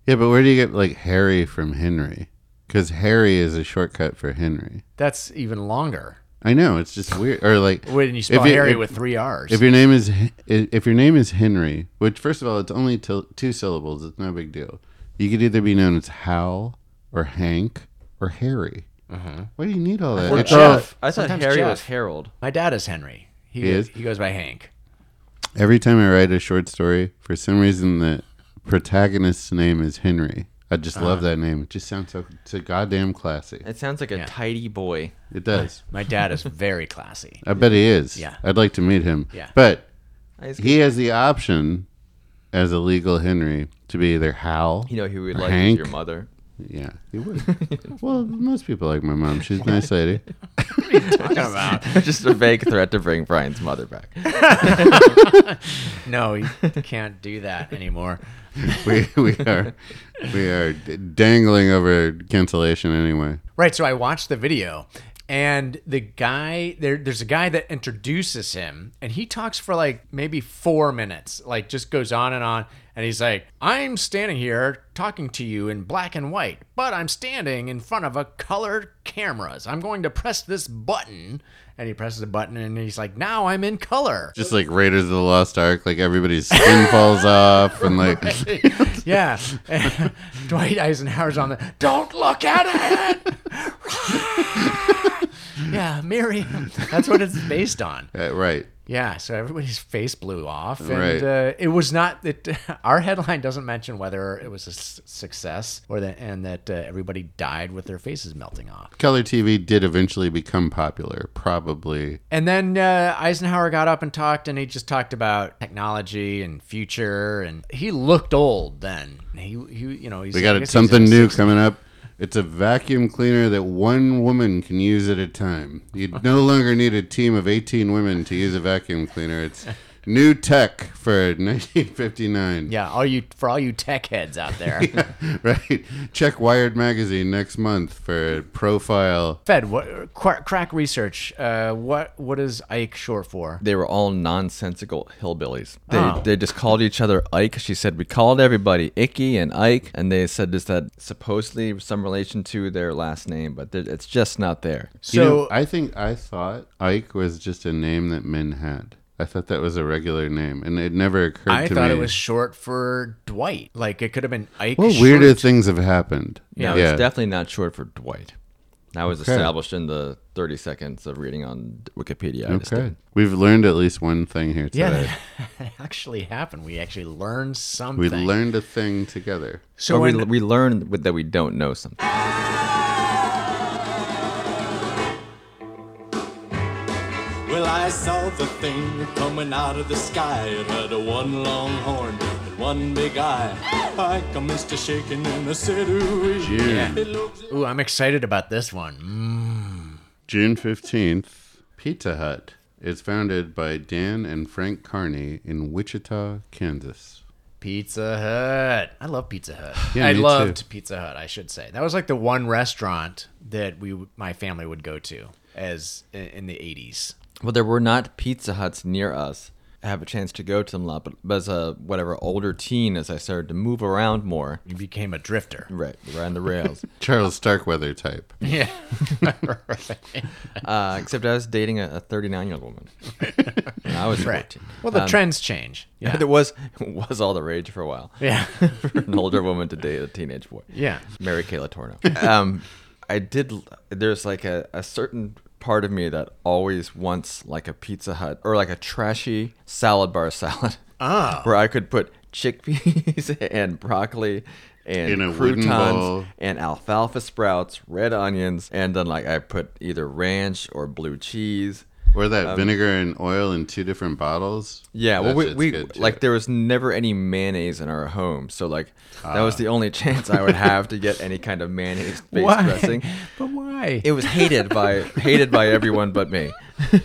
Yeah, but where do you get like Harry from Henry? Because Harry is a shortcut for Henry.
That's even longer.
I know it's just weird. Or like
When you spell
if
Harry
if-
with three R's.
If your name is if your name is Henry, which first of all, it's only til- two syllables. It's no big deal. You could either be known as Hal or Hank or Harry.
Mm-hmm.
Why do you need all that?
Or
It's all-
Jeff.
I thought
Sometimes
Harry
Jeff.
was Harold.
My dad is Henry. He,
He
goes,
is?
he goes by Hank.
every time I write a short story, for some reason the protagonist's name is Henry. I just love that name. It just sounds so, so goddamn classy.
Uh-huh. It sounds like a tidy boy.
It does.
My dad is very classy.
I bet he is.
Yeah.
I'd like to meet him.
Yeah.
But
He's-
he has the option as a legal Henry to be either Hal.
You know who would
or
like is
Hank.
your mother.
Yeah, he would. well, most people like my mom. She's a nice lady.
Just a vague threat to bring Brian's mother back.
No, you can't do that anymore.
We we are we are d- dangling over cancellation anyway.
Right. So I watched the video, and the guy there. There's a guy that introduces him, and he talks for like maybe four minutes. Like just goes on and on, and he's like, "I'm standing here talking to you in black and white, but I'm standing in front of a colored cameras. I'm going to press this button." And he presses a button, and he's like, "Now I'm in color."
Just like Raiders of the Lost Ark, like everybody's skin falls off and like uh,
yeah. Dwight Eisenhower's on the Don't look at it. yeah, Miriam. That's what it's based on.
uh, right.
Yeah, so everybody's face blew off and
Right.
uh, it was not that our headline doesn't mention whether it was a s- success or that and that uh, everybody died with their faces melting off.
Color TV did eventually become popular, probably.
And then uh, Eisenhower got up and talked, and he just talked about technology and future. And he looked old then. He, he you know, he's,
We
I
got
guess he's
something
in
new
his
coming up. It's a vacuum cleaner that one woman can use at a time. You no longer need a team of 18 women to use a vacuum cleaner. It's new tech for 1959.
Yeah, all you for all you tech heads out there.
Right. Check Wired Magazine next month for profile.
Fed, what cra- crack research? Uh, what what is Ike short for?
They were all nonsensical hillbillies. They,
Oh.
they just called each other Ike. She said we called everybody Icky and Ike, and they said this that supposedly some relation to their last name, but there- it's just not there.
So
You know, I think I thought Ike was just a name that men had. I thought that was a regular name, and it never occurred
I
to
thought
me.
it was short for Dwight. Like it could have been Ike.
well,
short.
weirder things have happened.
No, it's definitely not short for Dwight. That was established in the 30 seconds of reading on Wikipedia. I just did.
Okay. We've learned at least one thing here
Yeah,
today.
that actually happened. We actually learned something.
we learned a thing together.
So
Or
when,
we, we learn with- that we don't know something.
Well, I saw the thing coming out of the sky. It had a one long horn and one big eye. I come Mr. Shaking in the city. It looks
ooh, I'm excited about this one. Mm.
June 15th, Pizza Hut is founded by Dan and Frank Carney in Wichita, Kansas.
Pizza Hut. I love Pizza Hut.
Yeah,
I
me
loved
too.
Pizza Hut. I should say that was like the one restaurant that we my family would go to as in the 80s.
Well, there were not Pizza Huts near us. I have a chance to go to them a lot, but, but as a whatever older teen, as I started to move around more,
You became a drifter.
right, around the rails.
Charles Starkweather type.
Yeah.
uh, except I was dating a 39 year old woman. And I was
Right.
14.
Well, the
Um,
trends change. Yeah.
It was it was all the rage for a while.
Yeah.
for an older woman to date a teenage boy.
Yeah.
Mary Kay Latorno. Um, I did. There's like a, a certain part of me that always wants like a Pizza Hut or like a trashy salad bar salad.
Oh.
Where I could put chickpeas and broccoli and
In a wooden bowl.
croutons and alfalfa sprouts, red onions, and then like I put either ranch or blue cheese.
Or that vinegar and oil in two different bottles.
Um, Yeah, well,
That
we,
shit's
we
good, too.
like there was never any mayonnaise in our home, so like that was the only chance I would have to get any kind of mayonnaise based
Why?
dressing.
But why?
It was hated by hated by everyone but me.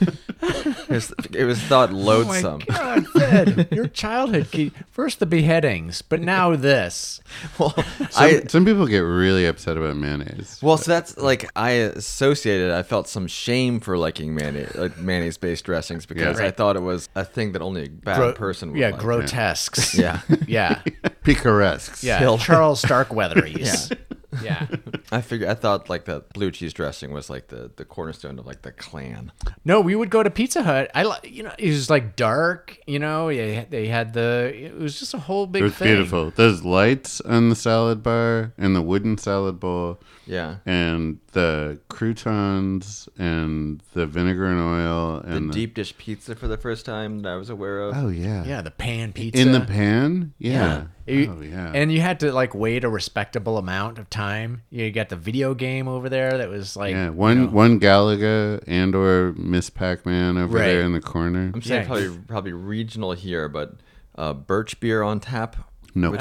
it, was, it was thought loathsome.
God, Ted, your childhood. Key. First the beheadings, but now this.
well,
Some,
I
some people get really upset about mayonnaise.
well, so that's like I associated. I felt some shame for liking mayonnaise, like mayonnaise based dressings because I
Right.
thought it was a thing that only a bad
Gro-
person would
Yeah,
like.
grotesques.
yeah.
yeah,
Picaresques.
yeah.
Hill.
Charles Starkweatherese. yeah.
I figured I thought like the blue cheese dressing was like the, the cornerstone of like the clan.
No, we would go to Pizza Hut. I, li- you know, it was like dark. You know, yeah, they had the. It was just a whole big
It was
thing.
beautiful. Those lights on the salad bar and the wooden salad bowl
Yeah.
and the croutons and the vinegar and oil
The
and uh,
deep dish pizza for the first time that I was aware of.
Oh yeah.
Yeah, the pan pizza
In the pan?
Yeah.
Yeah.
You-
Oh yeah.
And you had to like wait a respectable amount of time. You got the video game over there that was like
yeah, one one Galaga and or Miss Pac-Man over
Right.
there in the corner.
I'm saying
Yeah.
probably probably regional here, but uh, birch beer on tap.
No.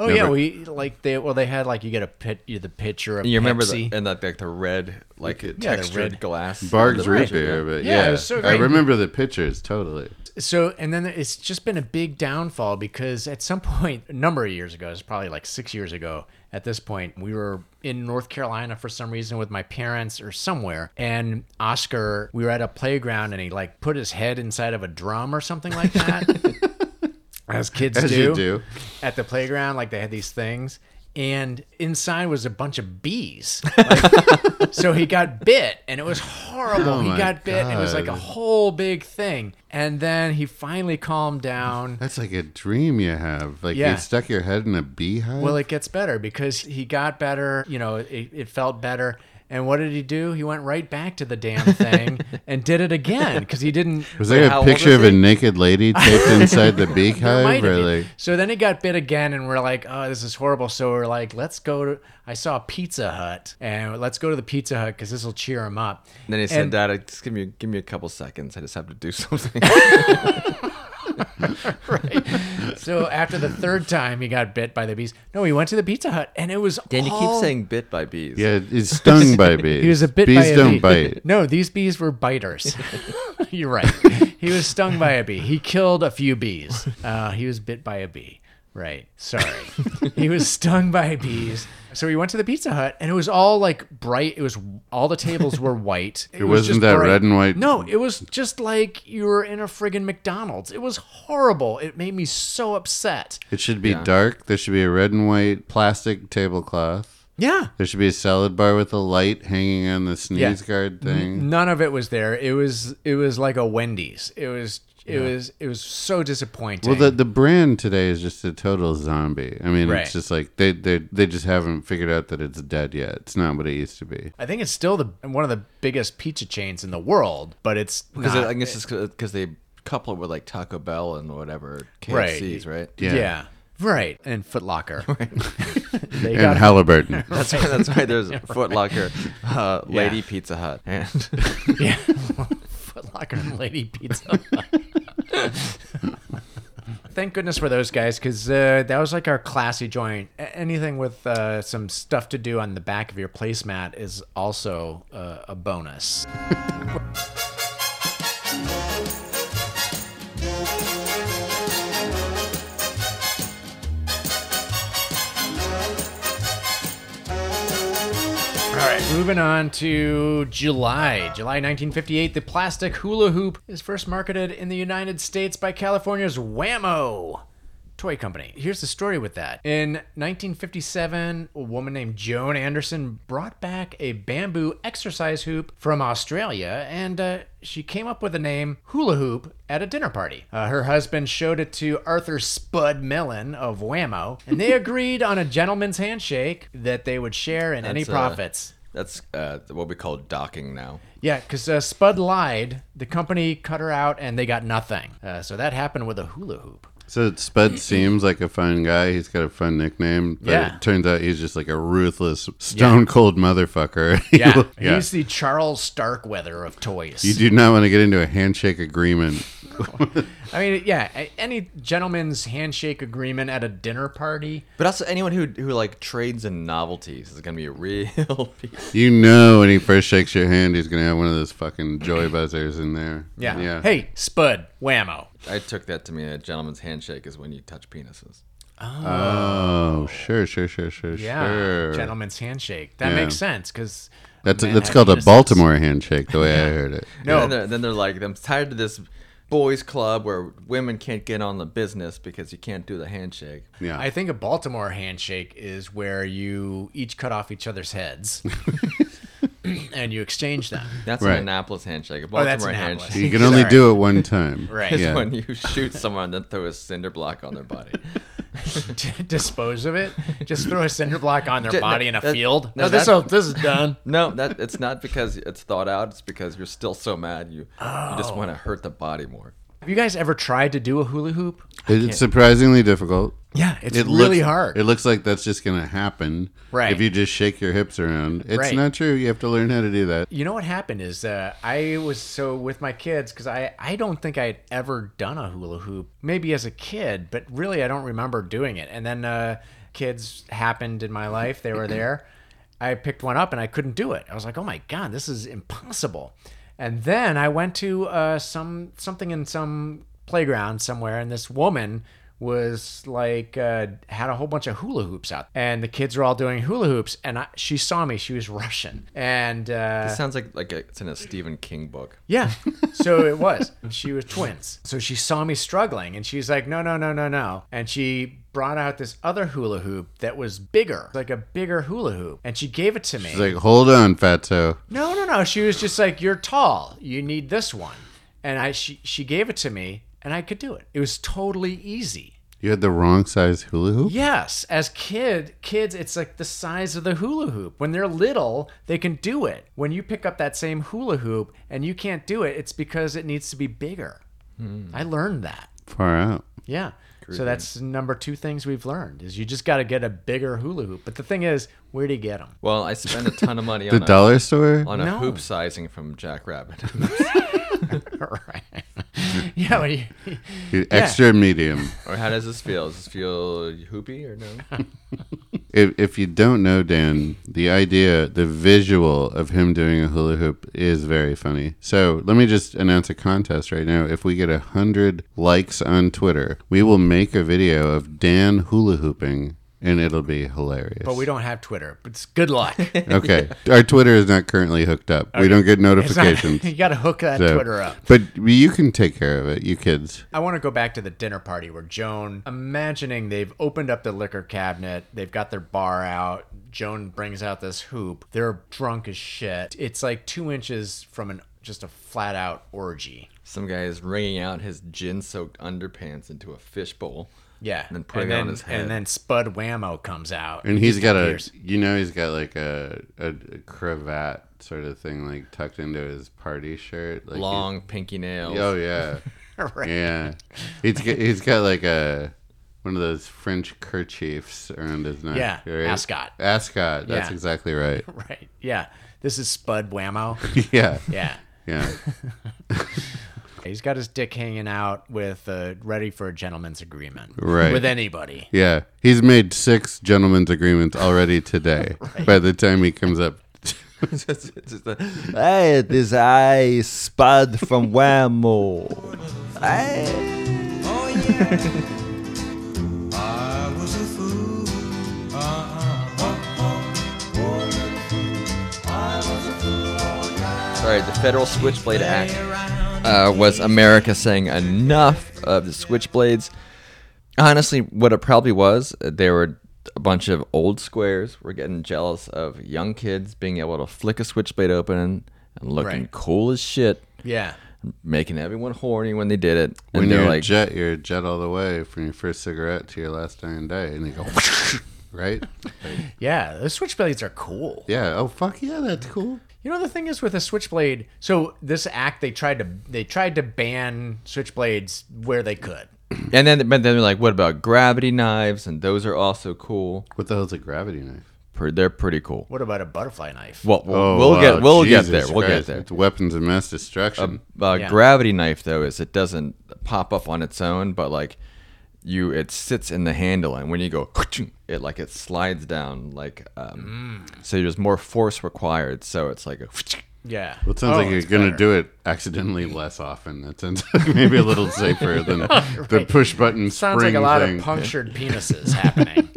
Oh
Never-
yeah, we like they well they had like you get a pit you the picture of
You remember
Pepsi.
the and like, like the red like
Yeah, the
textured
red-
glass.
Barg's
the
root
birch
beer, but
Yeah,
yeah,
it was so
I
great.
remember the pictures totally.
so and then it's just been a big downfall because at some point a number of years ago, it's probably like six years ago. At this point, we were in North Carolina for some reason with my parents or somewhere, and Oscar, we were at a playground and he like put his head inside of a drum or something like that. As kids
As
do.
you do.
at the playground, like they had these things, and inside was a bunch of bees. Like, so he got bit, and it was horrible.
Oh
he
my
got bit, and it was like a
God.
whole big thing. And then he finally calmed down.
That's like a dream you have. Like
Yeah.
you stuck your head in a beehive.
Well, it gets better because he got better. You know, it, it felt better. And what did he do? He went right back to the damn thing and did it again because he didn't.
was there
how
a
old
picture
was
of a naked lady taped inside the
There
beehive?
might
Or
have been.
like,
So then he got bit again, and we're like, "Oh, this is horrible." So we're like, "Let's go to." I saw Pizza Hut, and let's go to the Pizza Hut because this will cheer him up.
And then he said,
And-
"Dad, I- just give me give me a couple seconds. I just have to do something."
So after the third time, he got bit by the bees. No, he went to the Pizza Hut, and it was.
Dan, you keep
all-
saying bit by bees.
yeah, it's stung by bees.
he was a bit.
Bees
by a
don't
bee.
bite.
No, these bees were biters. You're right. He was stung by a bee. He killed a few bees. Uh, he was bit by a bee. Right. Sorry. he was stung by bees. So we went to the Pizza Hut, and it was all like bright. It was all the tables were white. It, was
wasn't
just
that
bright.
red and white-
No, it was just like you were in a friggin' McDonald's. It was horrible. It made me so upset.
It should be dark. There should be a red and white plastic tablecloth.
Yeah.
There should be a salad bar with a light hanging on the sneeze
Yeah. Mm-hmm.
guard thing.
None of it was there. It was it was like a Wendy's. It was it was it was so disappointing.
Well, the the brand today is just a total zombie. I mean,
Right.
it's just like they they they just haven't figured out that it's dead yet. It's not what it used to be.
I think it's still the one of the biggest pizza chains in the world, but it's
because
not-
I guess it's because they couple it with like Taco Bell and whatever
Right.
KFC's, right?
yeah.
Yeah.
right and Foot Locker. they
And
got
Halliburton.
That's why, that's why there's a Foot Locker, uh, Lady Pizza Hut, and
yeah. Foot Locker and Lady Pizza. Thank goodness for those guys because uh, that was like our classy joint. A- anything with uh, some stuff to do on the back of your placemat is also uh, a bonus. All right, moving on to July. July 1958, the plastic hula hoop is first marketed in the United States by California's Whammo toy company. Here's the story with that. In 1957, a woman named Joan Anderson brought back a bamboo exercise hoop from Australia, and uh, she came up with the name Hula Hoop at a dinner party. Uh, her husband showed it to Arthur Spud Millen of Whammo, and they agreed on a gentleman's handshake that they would share in any
That's, uh,
profits.
that's uh, what we call docking now.
Yeah, because uh, Spud lied. The company cut her out, and they got nothing. Uh, so that happened with a hula hoop.
So Spud seems like a fun guy. He's got a fun nickname, but
Yeah.
it turns out he's just like a ruthless, stone cold motherfucker.
Yeah.
yeah.
He's the Charles Starkweather of toys.
you do not want to get into a handshake agreement.
I mean, yeah, a- any gentleman's handshake agreement at a dinner party.
But also, anyone who who like trades in novelties is gonna be a real piece.
You know, when he first shakes your hand, he's gonna have one of those fucking joy buzzers in there.
Yeah. Hey, Spud, whammo.
I took that to mean a gentleman's handshake is when you touch penises.
Oh, sure, sure, sure, sure,
Yeah.
sure.
Gentleman's handshake. That
Yeah.
makes sense because
That's
Man,
that's
I
called a
just-
Baltimore handshake, the way I heard it.
No.
And then they're, then they're like, I'm tired of this boys' club where women can't get on the business because you can't do the handshake.
Yeah.
I think a Baltimore handshake is where you each cut off each other's heads and you exchange them.
That's
Right.
an Annapolis handshake. A
Oh, that's
Baltimore
Annapolis.
handshake
you can only
Sorry.
do it one time.
Right.
is
Yeah.
when you shoot someone and then throw a cinder block on their body.
D- dispose of it. Just throw a cinder block on
Ju-
their
no,
body in a
that-
field.
no,
No, this,
that-
is- this is done.
No, that it's not because it's thought out. It's because you're still so mad you you
Oh.
just want to hurt the body more.
Have you guys ever tried to do a hula hoop?
It's surprisingly difficult.
Yeah, it's
it
really
looks,
hard.
It looks like that's just going to happen.
Right.
If you just shake your hips around. It's
Right.
not true. You have to learn how to do that.
you know what happened is uh, I was so with my kids because I, I don't think I had ever done a hula hoop, maybe as a kid, but really I don't remember doing it. And then uh, kids happened in my life, they were there. I picked one up and I couldn't do it. I was like, oh my God, this is impossible. And then I went to uh, some something in some playground somewhere, and this woman was like uh, had a whole bunch of hula hoops out, and the kids were all doing hula hoops, and I, she saw me. She was Russian, and uh,
It sounds like like it's in a Stephen King book.
yeah. So it was. She was twins. So she saw me struggling and she's like, no, no, no, no, no. And she brought out this other hula hoop that was bigger, like a bigger hula hoop. And she gave it to me.
It's like, hold on, fatso.
no, no, no. She was just like, you're tall. You need this one. And I, she, she gave it to me and I could do it. It was totally easy.
You had the wrong size hula hoop?
Yes, as kid kids, it's like the size of the hula hoop. When they're little, they can do it. When you pick up that same hula hoop and you can't do it, it's because it needs to be bigger. I learned that.
Far out.
Yeah. So that's number two things we've learned is you just got to get a bigger hula hoop. But the thing is, where do you get them?
Well, I spent a ton of money
The
on a,
dollar store?
on a
No.
hoop sizing from Jack Rabbit.
right. yeah. When you,
You- Extra medium.
or how does this feel? Does this feel hoopy or no?
If, if you don't know, Dan, the idea, the visual of him doing a hula hoop is very funny. So let me just announce a contest right now. If we get 100 likes on Twitter, we will make a video of Dan hula hooping, and it'll be hilarious.
but we don't have Twitter. But it's good luck.
Okay. Our Twitter is not currently hooked up. We don't get
It's not-
notifications.
you got to hook that
so-
Twitter up.
But you can take care of it, you kids.
I want to go back to the dinner party where Joan, imagining they've opened up the liquor cabinet, they've got their bar out. Joan brings out this hoop. They're drunk as shit. It's like two inches from an just a flat out orgy.
Some guy is wringing out his gin-soaked underpants into a fishbowl.
Yeah,
And then putting it on his head.
And then Spud Whammo comes out,
And he's got a,
disappears.
you know, he's got like a, a, a cravat sort of thing, like tucked into his party shirt. Like he's-
Long pinky nails.
Oh, yeah.
Right.
Yeah. He's got, he's got like a, one of those French kerchiefs around his neck.
Yeah,
right?
ascot.
Ascot. That's
Yeah.
exactly right.
right? Yeah, this is Spud Whammo.
yeah.
Yeah.
Yeah.
He's got his dick hanging out with uh, ready for a gentleman's agreement
Right.
with anybody.
Yeah, he's made six gentlemen's agreements already today. By the time he comes up,
Just- just a-
Hey, this I Spud from Whammo.
Oh yeah. I was a fool. Uh-huh.
Sorry, the Federal Switchblade Act uh, was America saying enough of the switchblades. Honestly, what it probably was, uh, there were a bunch of old squares were getting jealous of young kids being able to flick a switchblade open and looking
Right.
cool as shit,
Yeah.
making everyone horny when they did it. And
when
they're
you're a
like,
jet, you're a jet all the way from your first cigarette to your last dying day, and they go, right?
Yeah, the switchblades are cool.
Yeah. Oh fuck yeah, that's cool.
You know the thing is with a switchblade. So this act they tried to they tried to ban switchblades where they could.
and then but then they're like, what about gravity knives? And those are also cool.
What the hell's a gravity knife?
Pre- They're pretty cool.
What about a butterfly knife?
Well, we'll,
Oh,
we'll
wow,
get we'll
Jesus
get there. We'll get
Christ.
there.
It's weapons of mass
Um,
destruction.
uh,
Yeah.
gravity knife though is it doesn't pop up on its own but like you it sits in the handle and when you go it like it slides down like um,
Mm.
so there's more force required so it's like a
yeah.
well, it sounds like you're going to do it accidentally less often. That sounds like maybe a little safer than the push button spring
Sounds like a lot
thing.
of punctured penises happening.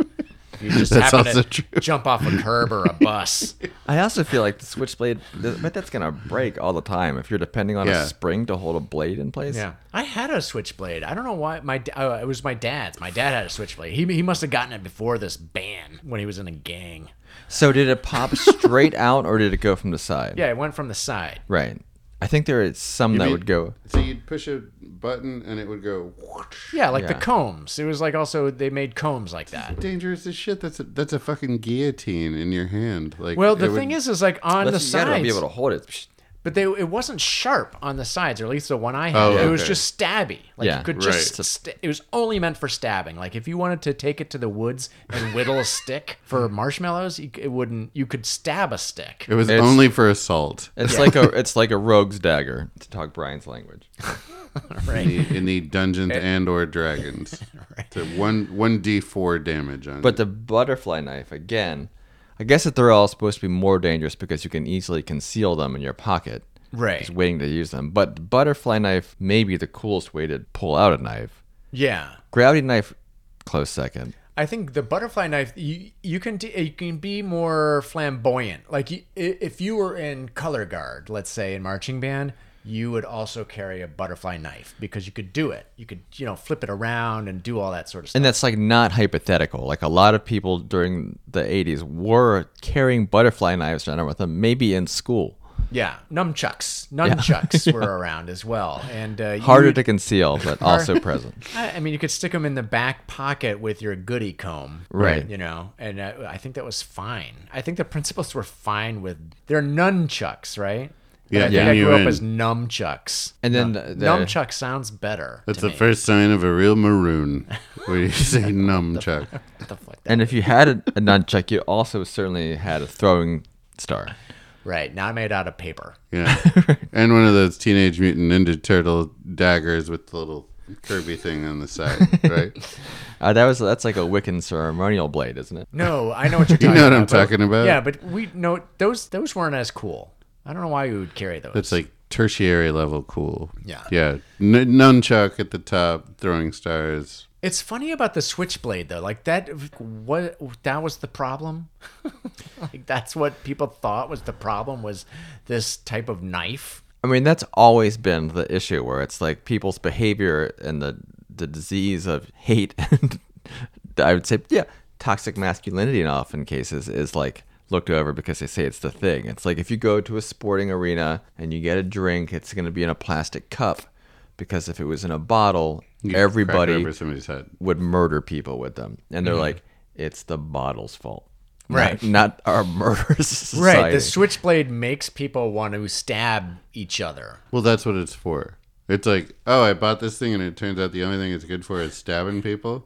You just
That's
happen
also
to
true.
jump off a curb or a bus.
I also feel like the switchblade but that's gonna break all the time if you're depending on
Yeah.
a spring to hold a blade in place
Yeah, I had a switchblade. I don't know why. My da- uh, it was my dad's. My dad had a switchblade. He he must have gotten it before this ban when he was in a gang.
so did it pop straight out or did it go from the side
Yeah, it went from the side.
right I think there is some that
mean-
would go
So you'd push a button and it would go whoosh.
Yeah, like the
Yeah.
combs. It was like also they made combs like that.
dangerous as shit. That's a, that's a fucking guillotine in your hand. Like
Well, the
it would-
thing is, is like on the
you gotta
sides,
be able to hold it
but they it wasn't sharp on the sides, or at least the one I had.
Oh,
It was
okay.
just stabby. Like
Yeah,
you could just. St- it was only meant for stabbing. Like if you wanted to take it to the woods and whittle a stick for marshmallows, you, c- it wouldn't. You could stab a stick.
it was
It's-
only for assault.
It's like a it's like a rogue's dagger to talk Brian's language.
in the, in the Dungeons and or Dragons. To one one d four damage on.
But the butterfly knife again, I guess that they're all supposed to be more dangerous because you can easily conceal them in your pocket,
Right.
just waiting to use them. But the butterfly knife may be the coolest way to pull out a knife.
Yeah.
Gravity knife, close second.
I think the butterfly knife you you can d- you can be more flamboyant. Like you, i- if you were in color guard, let's say in marching band, you would also carry a butterfly knife because you could do it. You could you know flip it around and do all that sort of stuff.
And that's like not hypothetical. Like a lot of people during the 80s were carrying butterfly knives around with them, maybe in school.
yeah, nunchucks, nunchucks were around as well, and uh, you
Harder
would-
to conceal, but also present.
I I mean, you could stick them in the back pocket with your goody comb,
Right.
You know, and uh, I think that was fine. I think the principals were fine with they're nunchucks, right? But
Yeah,
I think I
N-U-N.
grew up as numchucks.
And then the- the-
Numchuck sounds better.
Uh, that's
to
the
me.
first sign of a real maroon. Where you say nunchuck.
What the fuck that-
And if you had a, a nunchuck, you also certainly had a throwing star.
right, not made out of paper.
Yeah. and one of those Teenage Mutant Ninja Turtle daggers with the little curvy thing on the side, right?
Uh, that was that's like a Wiccan ceremonial blade, isn't it?
No, I know what you're talking
You know what
about.
I'm
but-
talking about?
Yeah, but we no those those weren't as cool. I don't know why we would carry those.
That's like tertiary level cool.
Yeah.
Yeah. N- nunchuck at the top, throwing stars.
it's funny about the switchblade though. Like that what that was the problem? like that's what people thought was the problem was this type of knife.
I mean, that's always been the issue where it's like people's behavior and the the disease of hate and I would say yeah, toxic masculinity in often cases is like looked over because they say it's the thing. It's like if you go to a sporting arena and you get a drink, it's going to be in a plastic cup because if it was in a bottle,
You
everybody
crack over somebody's head.
would murder people with them. And they're like, it's the bottle's fault. not-
Mm-hmm. Right.
Not, our murderous society.
Right. The switchblade makes people want to stab each other.
Well, that's what it's for. It's like, oh, I bought this thing, and it turns out the only thing it's good for is stabbing people.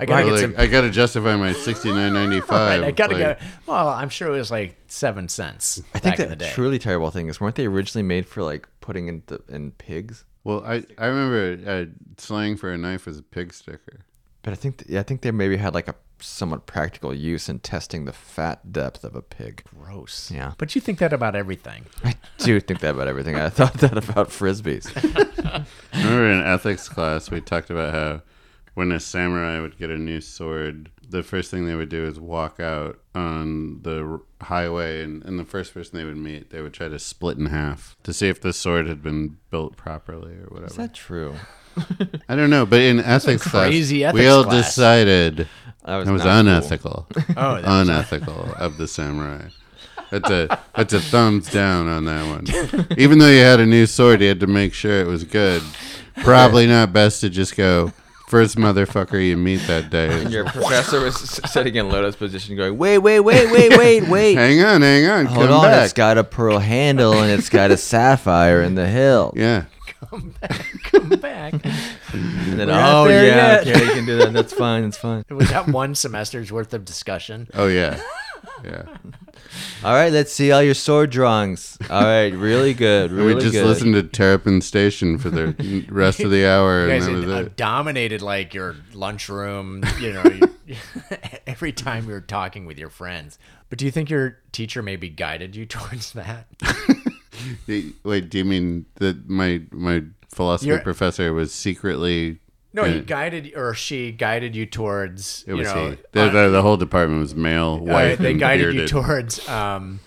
I gotta
Well,
get
like,
some
I gotta justify my sixty nine ninety five.
I gotta get well, I'm sure it was like seven cents
I think
back in the
that
day.
truly terrible thing is, weren't they originally made for like putting in, the, in pigs?
Well, I I remember uh, slang for a knife was a pig sticker.
But I think th- yeah, I think they maybe had like a somewhat practical use in testing the fat depth of a pig.
Gross.
Yeah.
But you think that about everything.
I do think that about everything. I thought that about frisbees.
I remember in ethics class we talked about how when a samurai would get a new sword, the first thing they would do is walk out on the r- highway, and, and the first person they would meet, they would try to split in half to see if the sword had been built properly or whatever.
Is that true?
I don't know, but in ethics class,
crazy
we
ethics
all
class.
decided
That was
that was
not cool.
unethical.
Oh, that
unethical of the samurai. That's a that's a thumbs down on that one. Even though you had a new sword, you had to make sure it was good. Probably not best to just go first motherfucker you meet that
And
day.
your professor was s- sitting in lotus position, going, "Wait, wait, wait, wait, wait, wait."
Hang on, hang on,
Hold
come
on,
back.
it's got a pearl handle and it's got a sapphire in the hilt.
yeah,
come back, come back.
And then,
We're not
oh
there
yeah,
yet."
okay, you can do that. That's fine. That's fine.
Was that one semester's worth of discussion?
Oh yeah, yeah.
All right, let's see all your sword drawings. All right, really good.
And
Really
we just
good.
listened to Terrapin Station for the rest of the hour,
You
and
guys
that was
had, uh,
it.
dominated like your lunchroom, you know, you- every time you were talking with your friends. But do you think your teacher maybe guided you towards that?
The- Wait, do you mean that my my philosophy
You're-
professor was secretly?
No, he
Uh,
guided or she guided you towards,
It
you
was
know,
he. The, the, the whole department was male,
uh,
white,
they
and
guided
bearded.
you towards, um,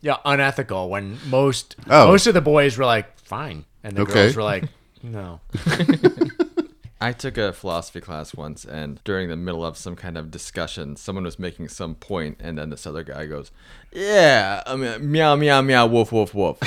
yeah, unethical when most,
Oh.
most of the boys were like, fine. And the
Okay.
girls were like, no.
I took a philosophy class once, and during the middle of some kind of discussion, someone was making some point, and then this other guy goes, "Yeah, I mean, meow, meow, meow, woof, woof, woof."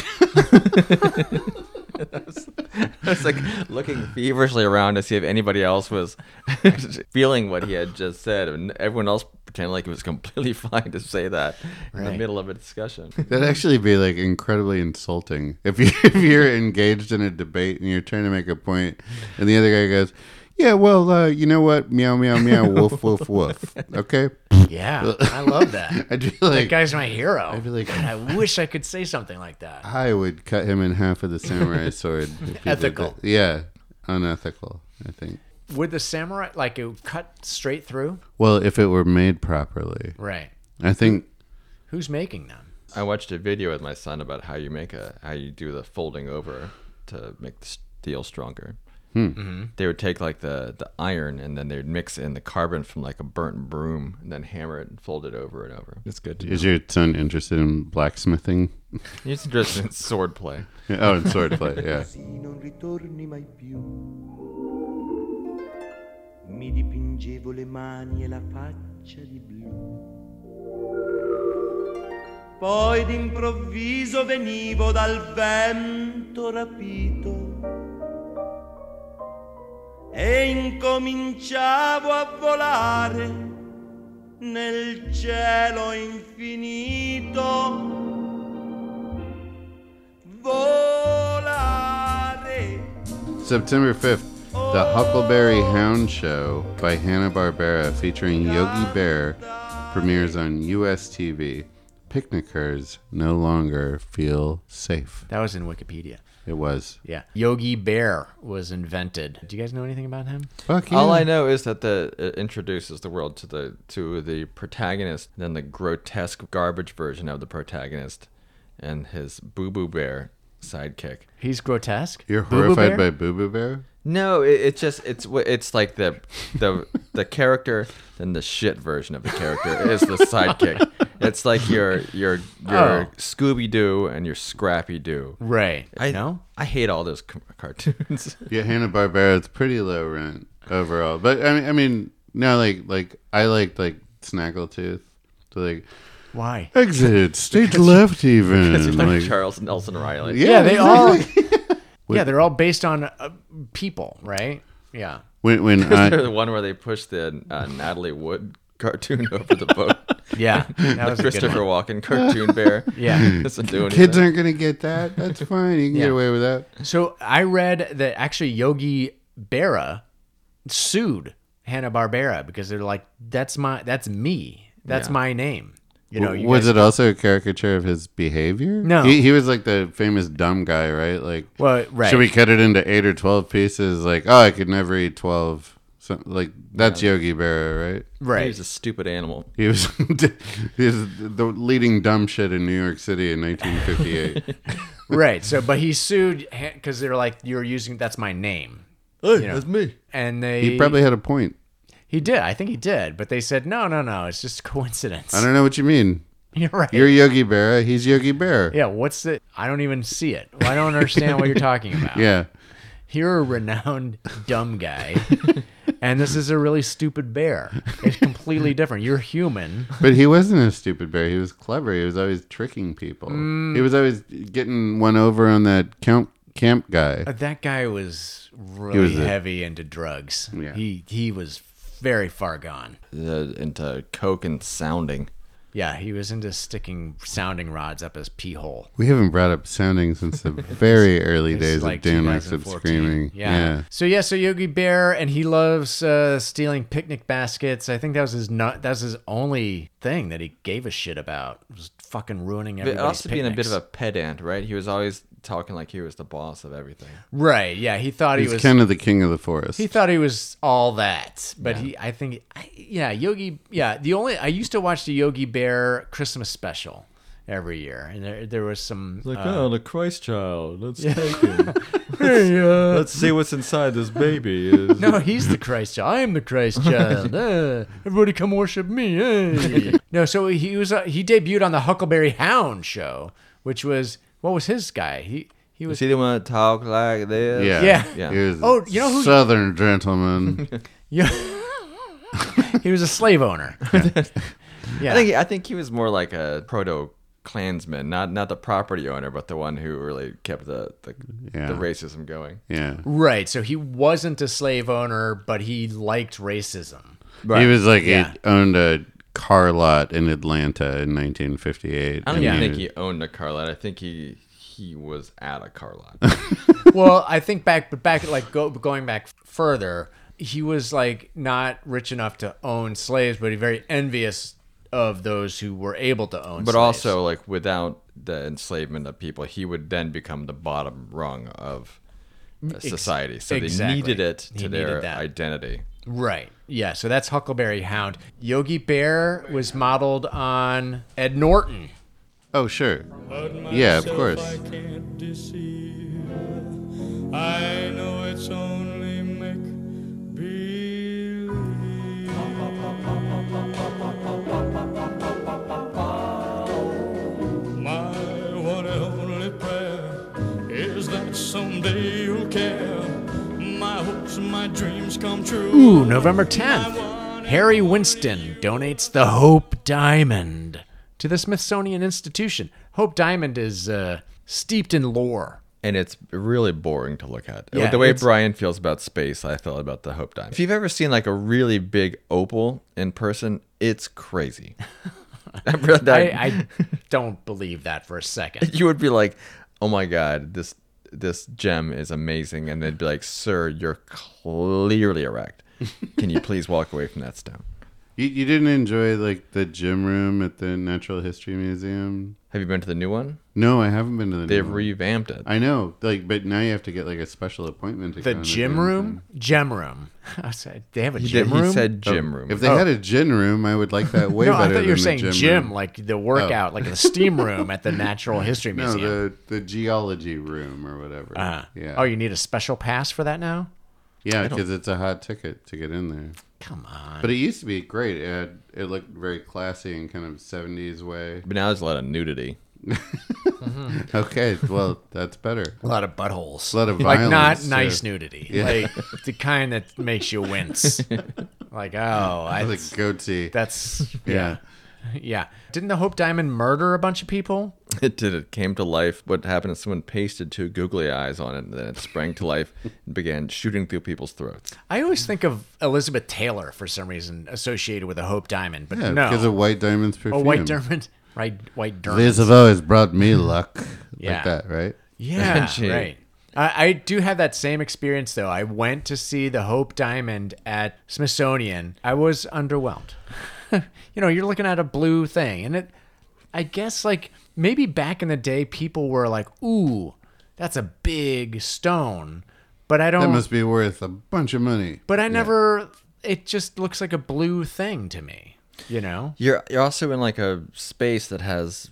I was like looking feverishly around to see if anybody else was feeling what he had just said, and everyone else pretended like it was completely fine to say that in the
Right.
middle of a discussion.
That'd actually be like incredibly insulting if you if you're engaged in a debate and you're trying to make a point, and the other guy goes, "Yeah, well, uh, you know what? Meow, meow, meow, woof, woof, woof." Okay,
Yeah. I love that.
I'd be
That
like,
guy's my hero.
I'd be like-
God, I wish I could say something like that.
I would cut him in half with a samurai sword. if he did
Ethical.
that. yeah, unethical. I think.
Would the samurai like it would cut straight through?
Well, if it were made properly,
Right.
I think.
Who's making them?
I watched a video with my son about how you make a how you do the folding over to make the steel stronger. They would take like the the iron and then they'd mix in the carbon from like a burnt broom and then hammer it and fold it over and over. It's good. To
Is your son interested in blacksmithing?
He's interested in sword play.
oh, and swordplay. Yeah.
non ritorni mai più. Mi dipingevo le mani e la faccia di blu. Poi d'improvviso venivo dal vento rapito e incominciavo a volare nel cielo infinito volare.
September 5th, the Huckleberry Hound Show by Hanna-Barbera featuring Yogi Bear premieres on US TV. Picnickers no longer feel safe.
That was in Wikipedia.
It was.
Yeah. Yogi Bear was invented. Do you guys know anything about him?
Fuck
All
yeah.
I know is that the it introduces the world to the to the protagonist, and then the grotesque garbage version of the protagonist, and his Boo Boo Bear sidekick.
He's grotesque.
You're
Boo Boo Bear?
horrified by Boo Boo Bear?
No, it, it's just it's wh- it's like the the the character then the shit version of the character is the sidekick. It's like your your
Oh.
your Scooby Doo and your Scrappy Doo.
Right.
I
know.
I hate all those c- cartoons.
Yeah, Hanna-Barbera, it's pretty low rent overall. But I mean, I mean, now like like I liked like Snaggletooth. So like
Why?
exit stage left even.
like,
Like,
Charles Nelson Riley.
Yeah, they all. yeah,
With-
they're all based on uh, people, right? Yeah.
when when
They're the
I
one where they push the uh, Natalie Wood cartoon over the boat.
Yeah. That was a good
Christopher
one.
Walken cartoon bear.
Yeah.
Doesn't do anything.
kids aren't gonna get that, that's fine. You can
Yeah.
get away with that.
So I read that actually Yogi Berra sued Hanna Barbera because they're like, "That's my, that's me, that's my name." You know,
W-
you
was
guys-
it also a caricature of his behavior?
No.
he, he was like the famous dumb guy, right? Like,
Well, right.
should we cut it into eight or twelve pieces? Like, oh, I could never eat twelve. So, like, that's Yogi Berra, right?
right?
He's a stupid animal.
He was he was the leading dumb shit in New York City in 1958.
right. So, but he sued because they're like, "You're using that's my name,"
Hey,
know. that's
me.
and they
he probably had a point.
he did. I think he did, but they said, "No, no, no, it's just coincidence."
I don't know what you mean.
You're right.
You're Yogi Berra. He's Yogi Berra.
yeah. What's the? I don't even see it. I don't understand what you're talking about.
Yeah.
You're a renowned dumb guy. And this is a really stupid bear. It's completely different. You're human.
But he wasn't a stupid bear. He was clever. He was always tricking people.
Mm.
He was always getting one over on that camp camp guy.
But Uh, that guy was really
was a-
heavy into drugs.
Yeah.
He he was very far gone.
uh, into coke and sounding.
Yeah, he was into sticking sounding rods up his pee hole.
We haven't brought up sounding since the very early
This
days
is like
of Dan Rex of
2014.
Screaming.
Yeah. So yeah, so Yogi Bear and he loves uh, stealing picnic baskets. I think that was his not that was his only thing that he gave a shit about. Was fucking ruining
But
everybody's
also being a bit of
picnics.
a pedant, right? He was always talking like he was the boss of everything.
right. Yeah, he thought
He's
he was
kind of the king of the forest.
He thought he was all that, but he, I think, I, yeah, Yogi, yeah. The only I used to watch the Yogi Bear Christmas special every year, and there, there was some
Like,
uh,
oh, the Christ child. Let's take him.
uh,
Let's see what's inside this baby.
No, he's the Christ child. I am the Christ child. Uh, everybody come worship me. eh. no, so he was uh, he debuted on the Huckleberry Hound show, which was what was his guy? He he was
See, they want to talk like this.
yeah.
yeah.
Yeah.
He was
Oh, you know who-
Southern gentleman.
yeah. he was a slave owner. yeah.
I think I think he was more like a proto Klansman, not not the property owner, but the one who really kept the the,
Yeah.
the racism going.
yeah.
Right. So he wasn't a slave owner, but he liked racism.
He was like
Yeah.
he owned a car lot in Atlanta in 1958.
I don't
and
even
he
think
was-
he owned a car lot. I think he he was at a car lot.
well, I think back, but back like go, going back further, he was like not rich enough to own slaves, but he very envious of those who were able to own.
but
slaves.
also, like without the enslavement of people, he would then become the bottom rung of uh, society. So
exactly.
they needed it to
He needed
their
that.
identity.
right, yeah. So that's Huckleberry Hound. Yogi Bear was modeled on Ed Norton.
Oh, sure. Yeah, of course.
I can't deceive. I know it's only make believe. My one and only prayer is that someday you'll care. My hopes, and my dreams come true.
Ooh, November 10th. Harry Winston donates the Hope Diamond to the Smithsonian Institution. Hope Diamond is uh, steeped in lore.
and it's really boring to look at.
Yeah,
the way
it's-
Brian feels about space, I felt about the Hope Diamond. If you've ever seen like a really big opal in person, it's crazy. I read that-
I, I don't believe that for a second.
you would be like, "Oh my god, this this gem is amazing," and they'd be like, "Sir, you're clearly erect. Can you please walk away from that stone?"
You, you didn't enjoy like the gym room at the Natural History Museum?
Have you been to the new one?
No, I haven't been to the.
They've
new one.
revamped it.
I know, like, but now you have to get like a special appointment. To
The
go in
gym room? Gem room. I said, they have a
He,
gym
did- he
room? Oh.
said gym room.
Oh, If they had a gym room, I would like that way
no,
better.
I thought you were
than
saying
the
gym,
gym room.
like the workout, like the steam room at the Natural History
No,
Museum.
the the geology room or whatever.
Uh-huh.
Yeah.
Oh, you need a special pass for that now?
yeah, because it's a hot ticket to get in there.
Come on.
But it used to be great. It had, it looked very classy and kind of seventies way.
but now there's a lot of nudity.
Okay, well that's better.
A lot of buttholes.
A lot of
like not
violence, too.
nice nudity. Like the kind that makes you wince. like, oh, I,
Like goatee.
that's
yeah.
yeah. Didn't the Hope Diamond murder a bunch of people?
It did. It came to life. What happened is someone pasted two googly eyes on it, and then it sprang to life and began shooting through people's throats.
I always think of Elizabeth Taylor for some reason associated with a Hope Diamond, but
Yeah,
no.
because of white diamonds perfume.
oh, White Diamond. Right, White Diamond.
These have always brought me luck.
Yeah.
Like that, right?
Yeah,
Gee.
right. I, I do have that same experience though. I went to see the Hope Diamond at Smithsonian. I was underwhelmed. you know, you're looking at a blue thing, and it. I guess like maybe back in the day, people were like, "Ooh, that's a big stone," but I
That
don't.
must be worth a bunch of money.
but I never. It just looks like a blue thing to me. You know.
You're you're also in like a space that has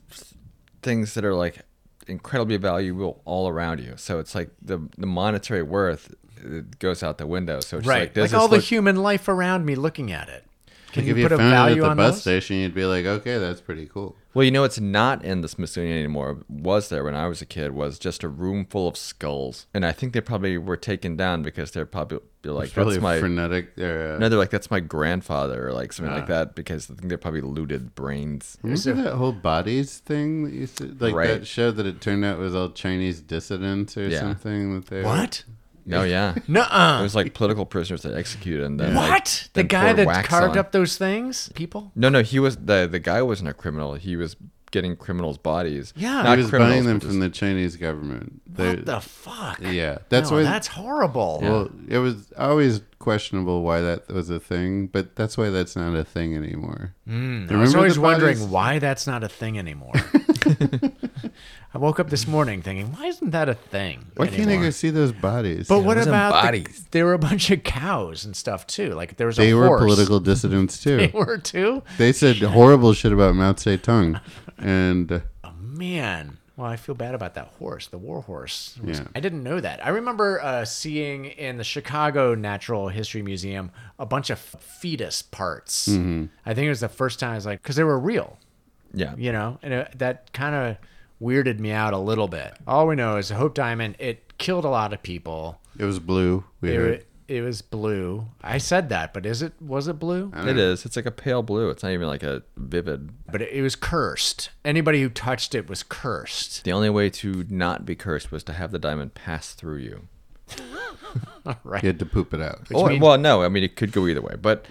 things that are like incredibly valuable all around you. So it's like the the monetary worth it goes out the window. So it's just
Right.
like
Like,
does this
all the
look-
human life around me looking at it. Can
Like, if
you
you
put a
found it
value
at the
on
bus
those?
station, you'd be like, okay, that's pretty cool.
Well, you know it's not in the Smithsonian anymore. Was there when I was a kid was just a room full of skulls. And I think they probably were taken down because they're probably like
It's probably
that's my
frenetic. Or, uh,
No, they're like, that's my grandfather, or like something
Ah.
like that, because I think they probably looted brains.
remember that whole bodies thing that used to like
Right.
that show that it turned out was all Chinese dissidents or
Yeah.
something that they
What?
No, Oh, yeah.
Nuh-uh.
It was like political prisoners that executed and then like,
What? the
then
guy
poured
that
wax
carved
on.
up those things? People?
No, no, he was the the guy wasn't a criminal. He was getting criminals' bodies.
Yeah.
not
he was
criminals,
buying them
but
from the Chinese government. They-
What the fuck?
yeah, that's
No,
why.
that's horrible.
well, it was always questionable why that was a thing, but that's why that's not a thing anymore. Mm,
Hmm. I was always wondering why that's not a thing anymore. I woke up this morning thinking, why isn't that a thing?
Why can't I
anymore?
go see those bodies?
But what
those are
about the,
bodies.
there were a bunch of cows and stuff too? Like there was a
they were
horse.
political dissidents too.
They were too.
They said horrible shit about Mao Zedong, and uh,
Man, well, I feel bad about that horse, the war horse. It was-
Yeah.
I didn't know that. I remember uh, seeing in the Chicago Natural History Museum a bunch of fetus parts. I think it was the first time I was like, because they were real,
Yeah.
you know, and it, that kind of weirded me out a little bit. All we know is Hope Diamond. It killed a lot of people.
it was blue. We
It,
heard.
it was blue. I said that, but is it was it blue?
It is. It's like a pale blue. It's not even like a vivid.
But it, it was cursed. Anybody who touched it was cursed.
The only way to not be cursed was to have the diamond pass through you.
Right.
He had to poop it out.
Oh.
Or, well, no, I mean it could go either way, but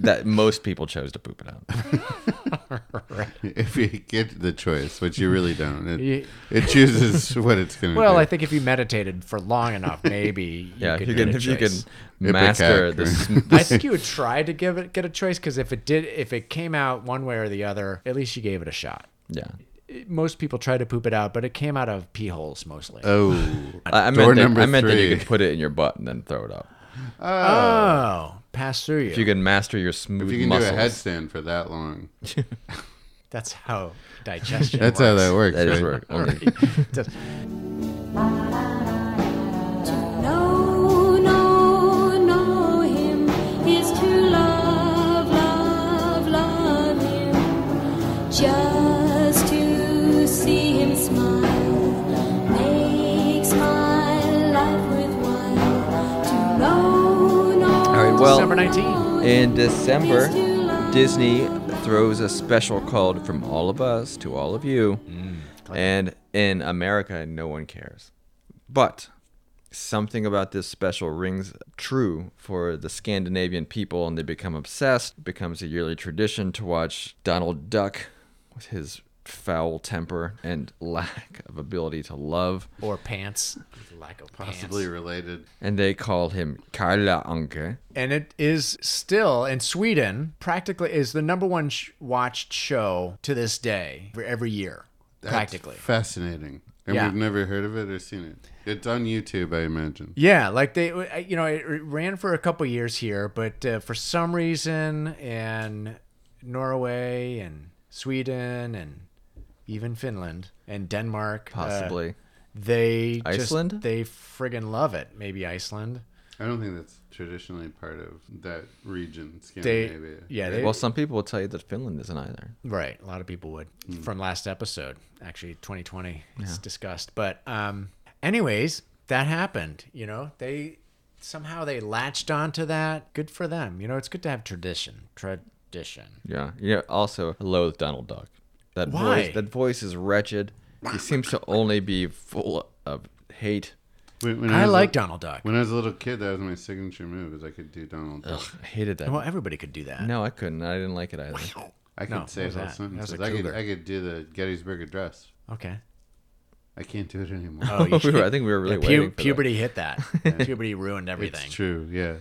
that most people chose to poop it out.
If you get the choice, which you really don't, it,
Ye-
it chooses what it's going to do.
Well, I think if you meditated for long enough, maybe you
Yeah,
could
if you
get
can,
a
if you can
choice.
master
Ipecac,
the,
right?
sm-
I think you would try to give it get a choice because if it did, if it came out one way or the other, at least you gave it a shot.
yeah.
It- most people try to poop it out, but it came out of pee holes mostly.
Oh,
I, I
Door
meant, that,
number
I meant that you
three.
could put it in your butt and then throw it up.
oh, pass through you.
If you can master your smooth
if you can
muscles,
do a headstand for that long,
That's how digestion.
that's how
works.
that works.
that is
right?
where it only
Does-
No, no, no, him is to love, love, love him, just to see him smile makes my life worthwhile. To know, no,
All right,
December
well,
19.
in December, Disney throws a special called From All of Us to All of You. and in America, no one cares. But something about this special rings true for the Scandinavian people, and they become obsessed. It becomes a yearly tradition to watch Donald Duck with his foul temper and lack of ability to love.
Or pants. Lack of
Possibly
pants.
related.
And they call him Karla Anke.
and it is still in Sweden practically is the number one sh- watched show to this day for every year practically.
Fascinating. And
Yeah.
we've never heard of it or seen it. It's on YouTube, I imagine.
yeah, like they, uh, you know, it ran for a couple years here, but uh, for some reason in Norway and Sweden and even Finland and Denmark, uh,
Possibly.
they just-
Iceland?
they friggin' love it. Maybe Iceland.
I don't think that's traditionally part of that region,
They,
Scandinavia.
yeah, they,
well, some people will tell you that Finland isn't either.
Right. A lot of people would from last episode, actually 2020 it's discussed. But um anyways, that happened, you know. They somehow they latched onto that. Good for them. You know, it's good to have tradition. Tradition.
Yeah. Yeah. Also, I loathe Donald Duck. That
Why?
voice. That voice is wretched. He seems to only be full of hate.
When, when
I
was
like
a,
Donald Duck.
When I was a little kid, that was my signature move. Is I could do Donald. Duck.
I hated that.
Well, everybody could do that.
No, I couldn't. I didn't like it either.
I could
No,
say
what was
whole
that? That was
sentences.
a
I could
cougar.
I could do the Gettysburg Address.
Okay.
I can't do it anymore.
Oh, you
We were-
should-
I think we were really
Yeah, pu-
waiting. for that.
puberty hit that. puberty ruined
it's
everything.
true. Yeah.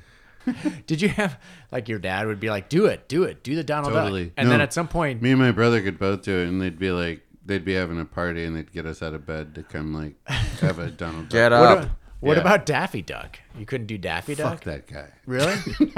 Did you have like your dad would be like, "Do it, do it, do the Donald
Totally.
Duck," and then
No.
at some point,
Me and my brother could both do it, and they'd be like, they'd be having a party, and they'd get us out of bed to come like have a Donald
Get
Duck.
what,
up.
a- what
Yeah.
about Daffy Duck? You couldn't do Daffy Duck.
Fuck that guy.
Really?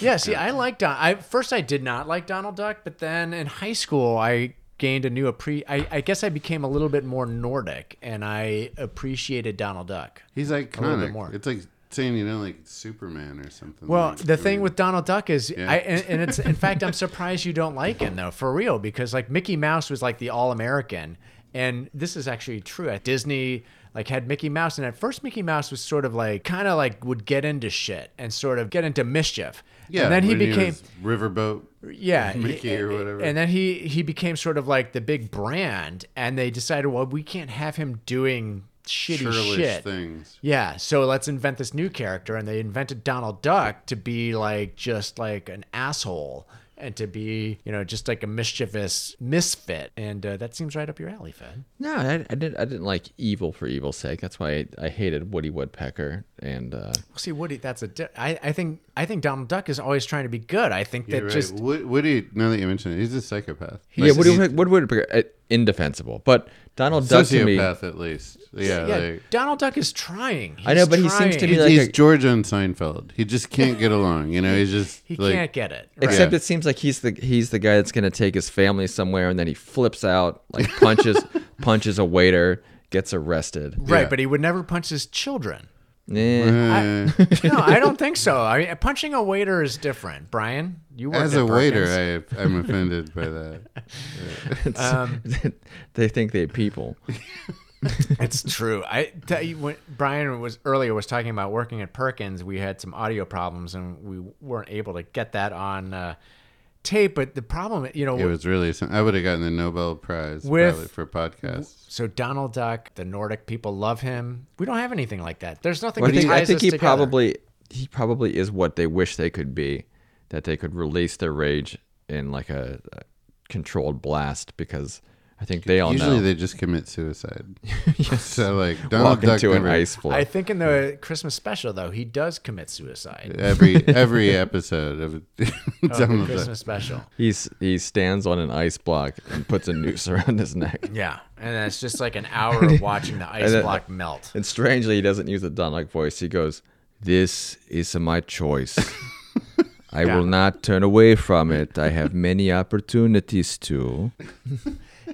yeah. See, I like Don. I first I did not like Donald Duck, but then in high school I gained a new appre. I, I guess I became a little bit more Nordic, and I appreciated Donald Duck.
He's
little bit
iconic.
more.
It's like saying you don't like Superman or something.
Well,
like,
the
I
thing
mean,
with Donald Duck is,
Mm, Yeah.
I, and, and it's in fact, I'm surprised you don't like him though, for real, because like Mickey Mouse was like the all American, and this is actually true. At Disney, like had Mickey Mouse, and at first Mickey Mouse was sort of like, kind of like would get into shit and sort of get into mischief.
yeah,
and then he
when
became
was Riverboat.
yeah
Mickey or whatever.
and then he he became sort of like the big brand and they decided well we can't have him doing shitty
Churlish
shit.
things.
Yeah, so let's invent this new character, and they invented Donald Duck to be like just like an asshole. And to be, you know, just like a mischievous misfit, and uh, that seems right up your alley, Fed.
No, I, I didn't. I didn't like evil for evil's sake. That's why I, I hated Woody Woodpecker. And uh,
See, Woody, that's a. Di- I, I think I think Donald Duck is always trying to be good. I think
Yeah,
that
right.
just
Wo- Woody, now that you mention it, he's a psychopath.
yeah, Woody, Woodpecker- Woody Woodpecker, uh, indefensible. But Donald Duck to me,
sociopath at least. Yeah,
yeah,
like,
Donald Duck is trying.
I know, but he seems to
trying.
be
he's,
like
he's
a-
George on Seinfeld. He just can't get along. You know, he's just
He
like,
can't get it. Right?
Except
Yeah.
it seems like he's the he's the guy that's gonna take his family somewhere, and then he flips out, like punches punches a waiter, gets arrested.
Right, but he would never punch his children.
Eh,
Uh,
No, I don't think so. I mean, punching a waiter is different. Brian, you worked
as
at
a waiter,
Perkins.
I, I'm offended by that.
it's-
Um,
they think they people.
It's true. I tell you, when Brian was earlier was talking about working at Perkins, we had some audio problems and we weren't able to get that on uh, tape. But the problem, you know,
It was really. Some, I would have gotten the Nobel Prize
With-
probably for podcasts.
so Donald Duck, the Nordic people love him. We don't have anything like that. There's nothing.
Well, I
that
think, I
ties
think
us
he
together.
probably he probably is what they wish they could be, that they could release their rage in like a, a controlled blast because I think they
Oh,
all
Usually
know
they just commit suicide. So like Donald
walk
Duck
into an
never-
ice floe.
I think in the Christmas special though, he does commit suicide.
every every episode of
of the
Donald Duck.
Christmas special.
He's he stands on an ice block and puts a noose around his neck.
Yeah, and then it's just like an hour of watching the ice
And then-
block melt.
And strangely, he doesn't use the Dunlop voice. He goes, This is my choice. I will not turn away from it. I have many opportunities to.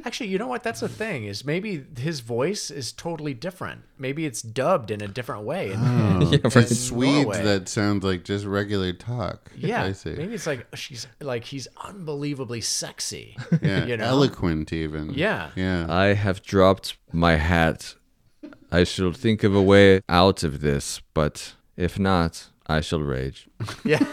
Actually, you know what? That's the thing is maybe his voice is totally different. Maybe it's dubbed in a different way.
The Oh. Swedes
Norway.
that sounds like just regular talk.
yeah,
I see.
maybe it's like she's like he's unbelievably sexy.
yeah,
you know?
eloquent even.
Yeah.
yeah.
I have dropped my hat. I shall think of a way out of this, but if not, I shall rage.
Yeah,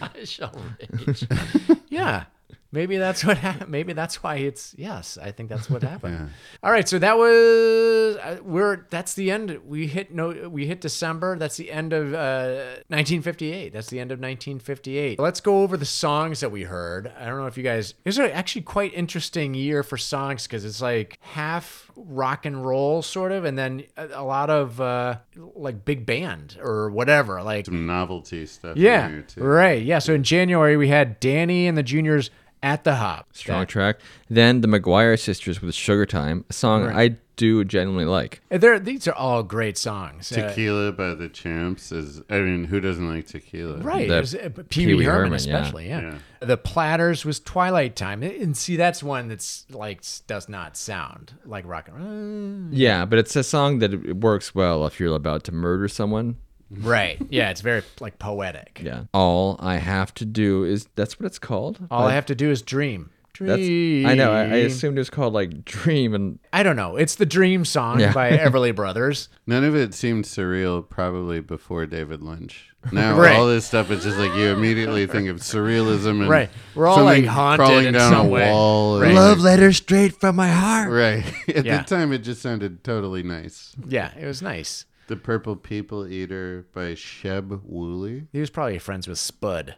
I shall rage. yeah, maybe that's what. hap maybe that's why it's yes. I think that's what happened. All right, so that was uh, we're that's the end. We hit no. We hit December. That's the end of uh, 1958. That's the end of 1958. Let's go over the songs that we heard. I don't know if you guys. It was a- actually quite interesting year for songs because it's like half rock and roll sort of, and then a, a lot of uh, like big band or whatever. Like
Some novelty stuff. in
yeah,
there, too.
right. Yeah. So in January we had Danny and the Juniors at the Hop.
Strong track. Then the McGuire sisters with Sugar Time, a song I do genuinely like.
And They're, these are all great songs. Uh,
Tequila by the Champs is. I mean, who doesn't like tequila?
right.
The
it was, uh, Pee Wee
Pee Wee
Herman,
Herman, yeah.
especially. Yeah. The Platters was Twilight Time, and see that's one that's like s- does not sound like rock and roll.
Yeah, but it's a song that it works well if you're about to murder someone.
Right. Yeah. It's very like poetic.
Yeah. All I have to do is that's what it's called.
All I have to do is dream.
That's
Dream.
I know. I, I assumed it was called like Dream, and
I don't know. It's the Dream song
Yeah.
by Everly Brothers.
None of it seemed surreal probably before David Lynch. Now
Right.
all this stuff is just like you immediately think of surrealism and
Right. We're all,
something
like, haunted
crawling
in
down
some
a
way.
wall. or-
Right.
Love letter straight from my heart.
Right. At
Yeah.
the time, it just sounded totally nice.
Yeah. It was nice.
The Purple People Eater by Sheb Wooley.
He was probably friends with Spud.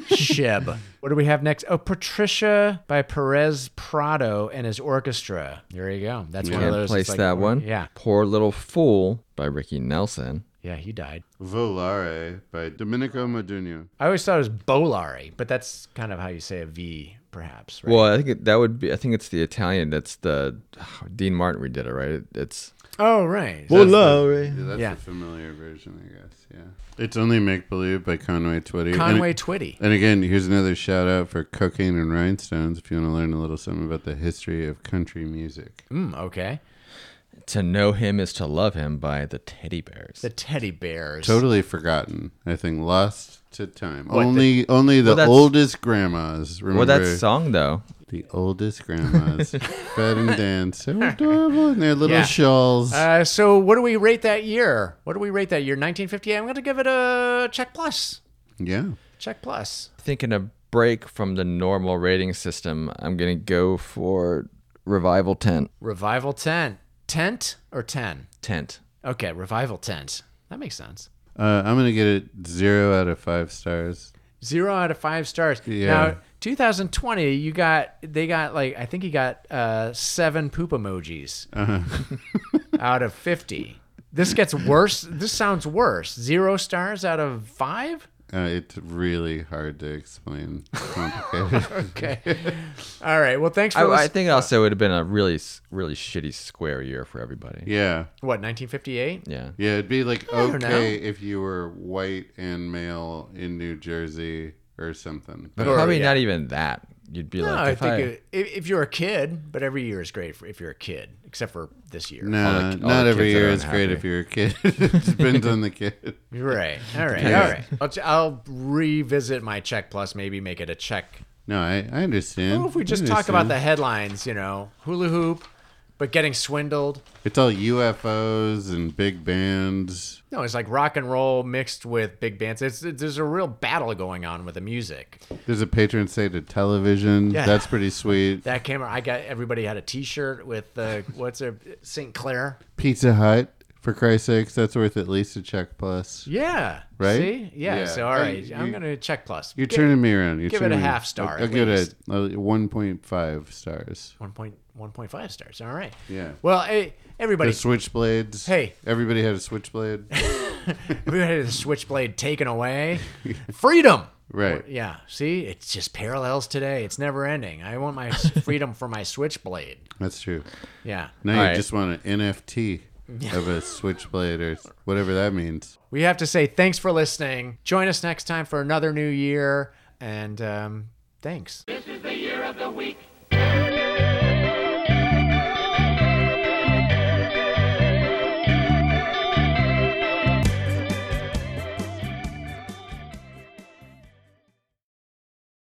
Sheb. What do we have next? Oh, Patricia by Perez Prado and his orchestra. There you go. That's one of
can't
those.
place
it's like-
that one.
Yeah.
Poor little fool by Ricky Nelson.
Yeah, he died.
Volare by Domenico Modugno.
I always thought it was Bolari, but that's kind of how you say a V, perhaps. Right?
Well, I think it, that would be. I think it's the Italian. That's the oh, Dean Martin redid it, right? It, it's
oh, right.
That's the- yeah, that's
Yeah.
the familiar version, I guess. Yeah. It's only Make Believe by Conway Twitty. And-
Conway Twitty.
And again, here's another shout out for Cocaine and Rhinestones if you want to learn a little something about the history of country music.
Mm, okay.
to know him is to love him by the Teddy Bears.
The teddy bears.
Totally forgotten. I think lost to time. only only the
Well, that's-
oldest grandmas remember
well, that song though.
the oldest grandmas. Fed and Dan. So adorable in their little
Yeah.
shawls.
Uh, so, what do we rate that year? What do we rate that year? 1958. I'm going to give it a check plus.
yeah.
Check plus.
Thinking a break from the normal rating system, I'm gonna go for Revival Tent.
Revival 10. Tent or 10?
Tent.
Okay, Revival Tent. That makes sense.
Uh, I'm gonna get it zero out of five stars.
Zero out of five stars.
Yeah.
Now, 2020, you got, they got like, I think you got uh, seven poop emojis
Uh-huh.
out of 50. This gets worse. This sounds worse. Zero stars out of five?
Uh, it's really hard to explain. Complicated.
Okay. All right. Well, thanks for
I, I
listening.
think also it would have been a really, s- really shitty square year for everybody.
yeah.
What, 1958?
Yeah.
Yeah, it'd be like
I don't
okay if you were white and male in New Jersey or something.
But
Or-
probably
yeah.
not even that. You'd be
No,
like,
I
if I
think it, if, if you're a kid, but every year is great for, if you're a kid, except for this year.
No,
all the
not every
kids are
year is great
unhappy.
if you're a kid. it depends on the kid.
You're Right. All right. All right. I'll, ch- I'll revisit my check plus, maybe make it a check.
No, I, I understand.
Well, if we
I
just talk about the
understand.
headlines, you know, hula hoop, but getting swindled.
It's all UFOs and big bands.
No, it's like rock and roll mixed with big bands. It's, it's there's a real battle going on with the music.
There's a patron saint of television.
Yeah.
That's pretty sweet.
That came. I got everybody had a T-shirt with uh, what's their St. Clair.
Pizza Hut, for Christ's sakes, that's worth at least a check plus.
Yeah.
Right?
See? Yeah.
Yeah.
So all
Oh,
right,
you-
I'm
you-
gonna check plus.
You're
Give-
turning me around. You're
give it
turning
a
me-
half star
I'll,
at
I'll give
least.
it a, a 1.5 stars.
One point one point five stars. All right.
Yeah.
Well, hey,
The
everybody,
switchblades.
Hey.
Everybody had a switchblade.
we had the switchblade taken away. Freedom.
right.
Yeah. See, it just parallels today. It's never ending. I want my s- freedom for my switchblade.
That's true.
Yeah.
Now you
All right.
just want an NFT of a switchblade or s- whatever that means.
We have to say thanks for listening. Join us next time for another new year. And um, thanks.
This is the year of the week.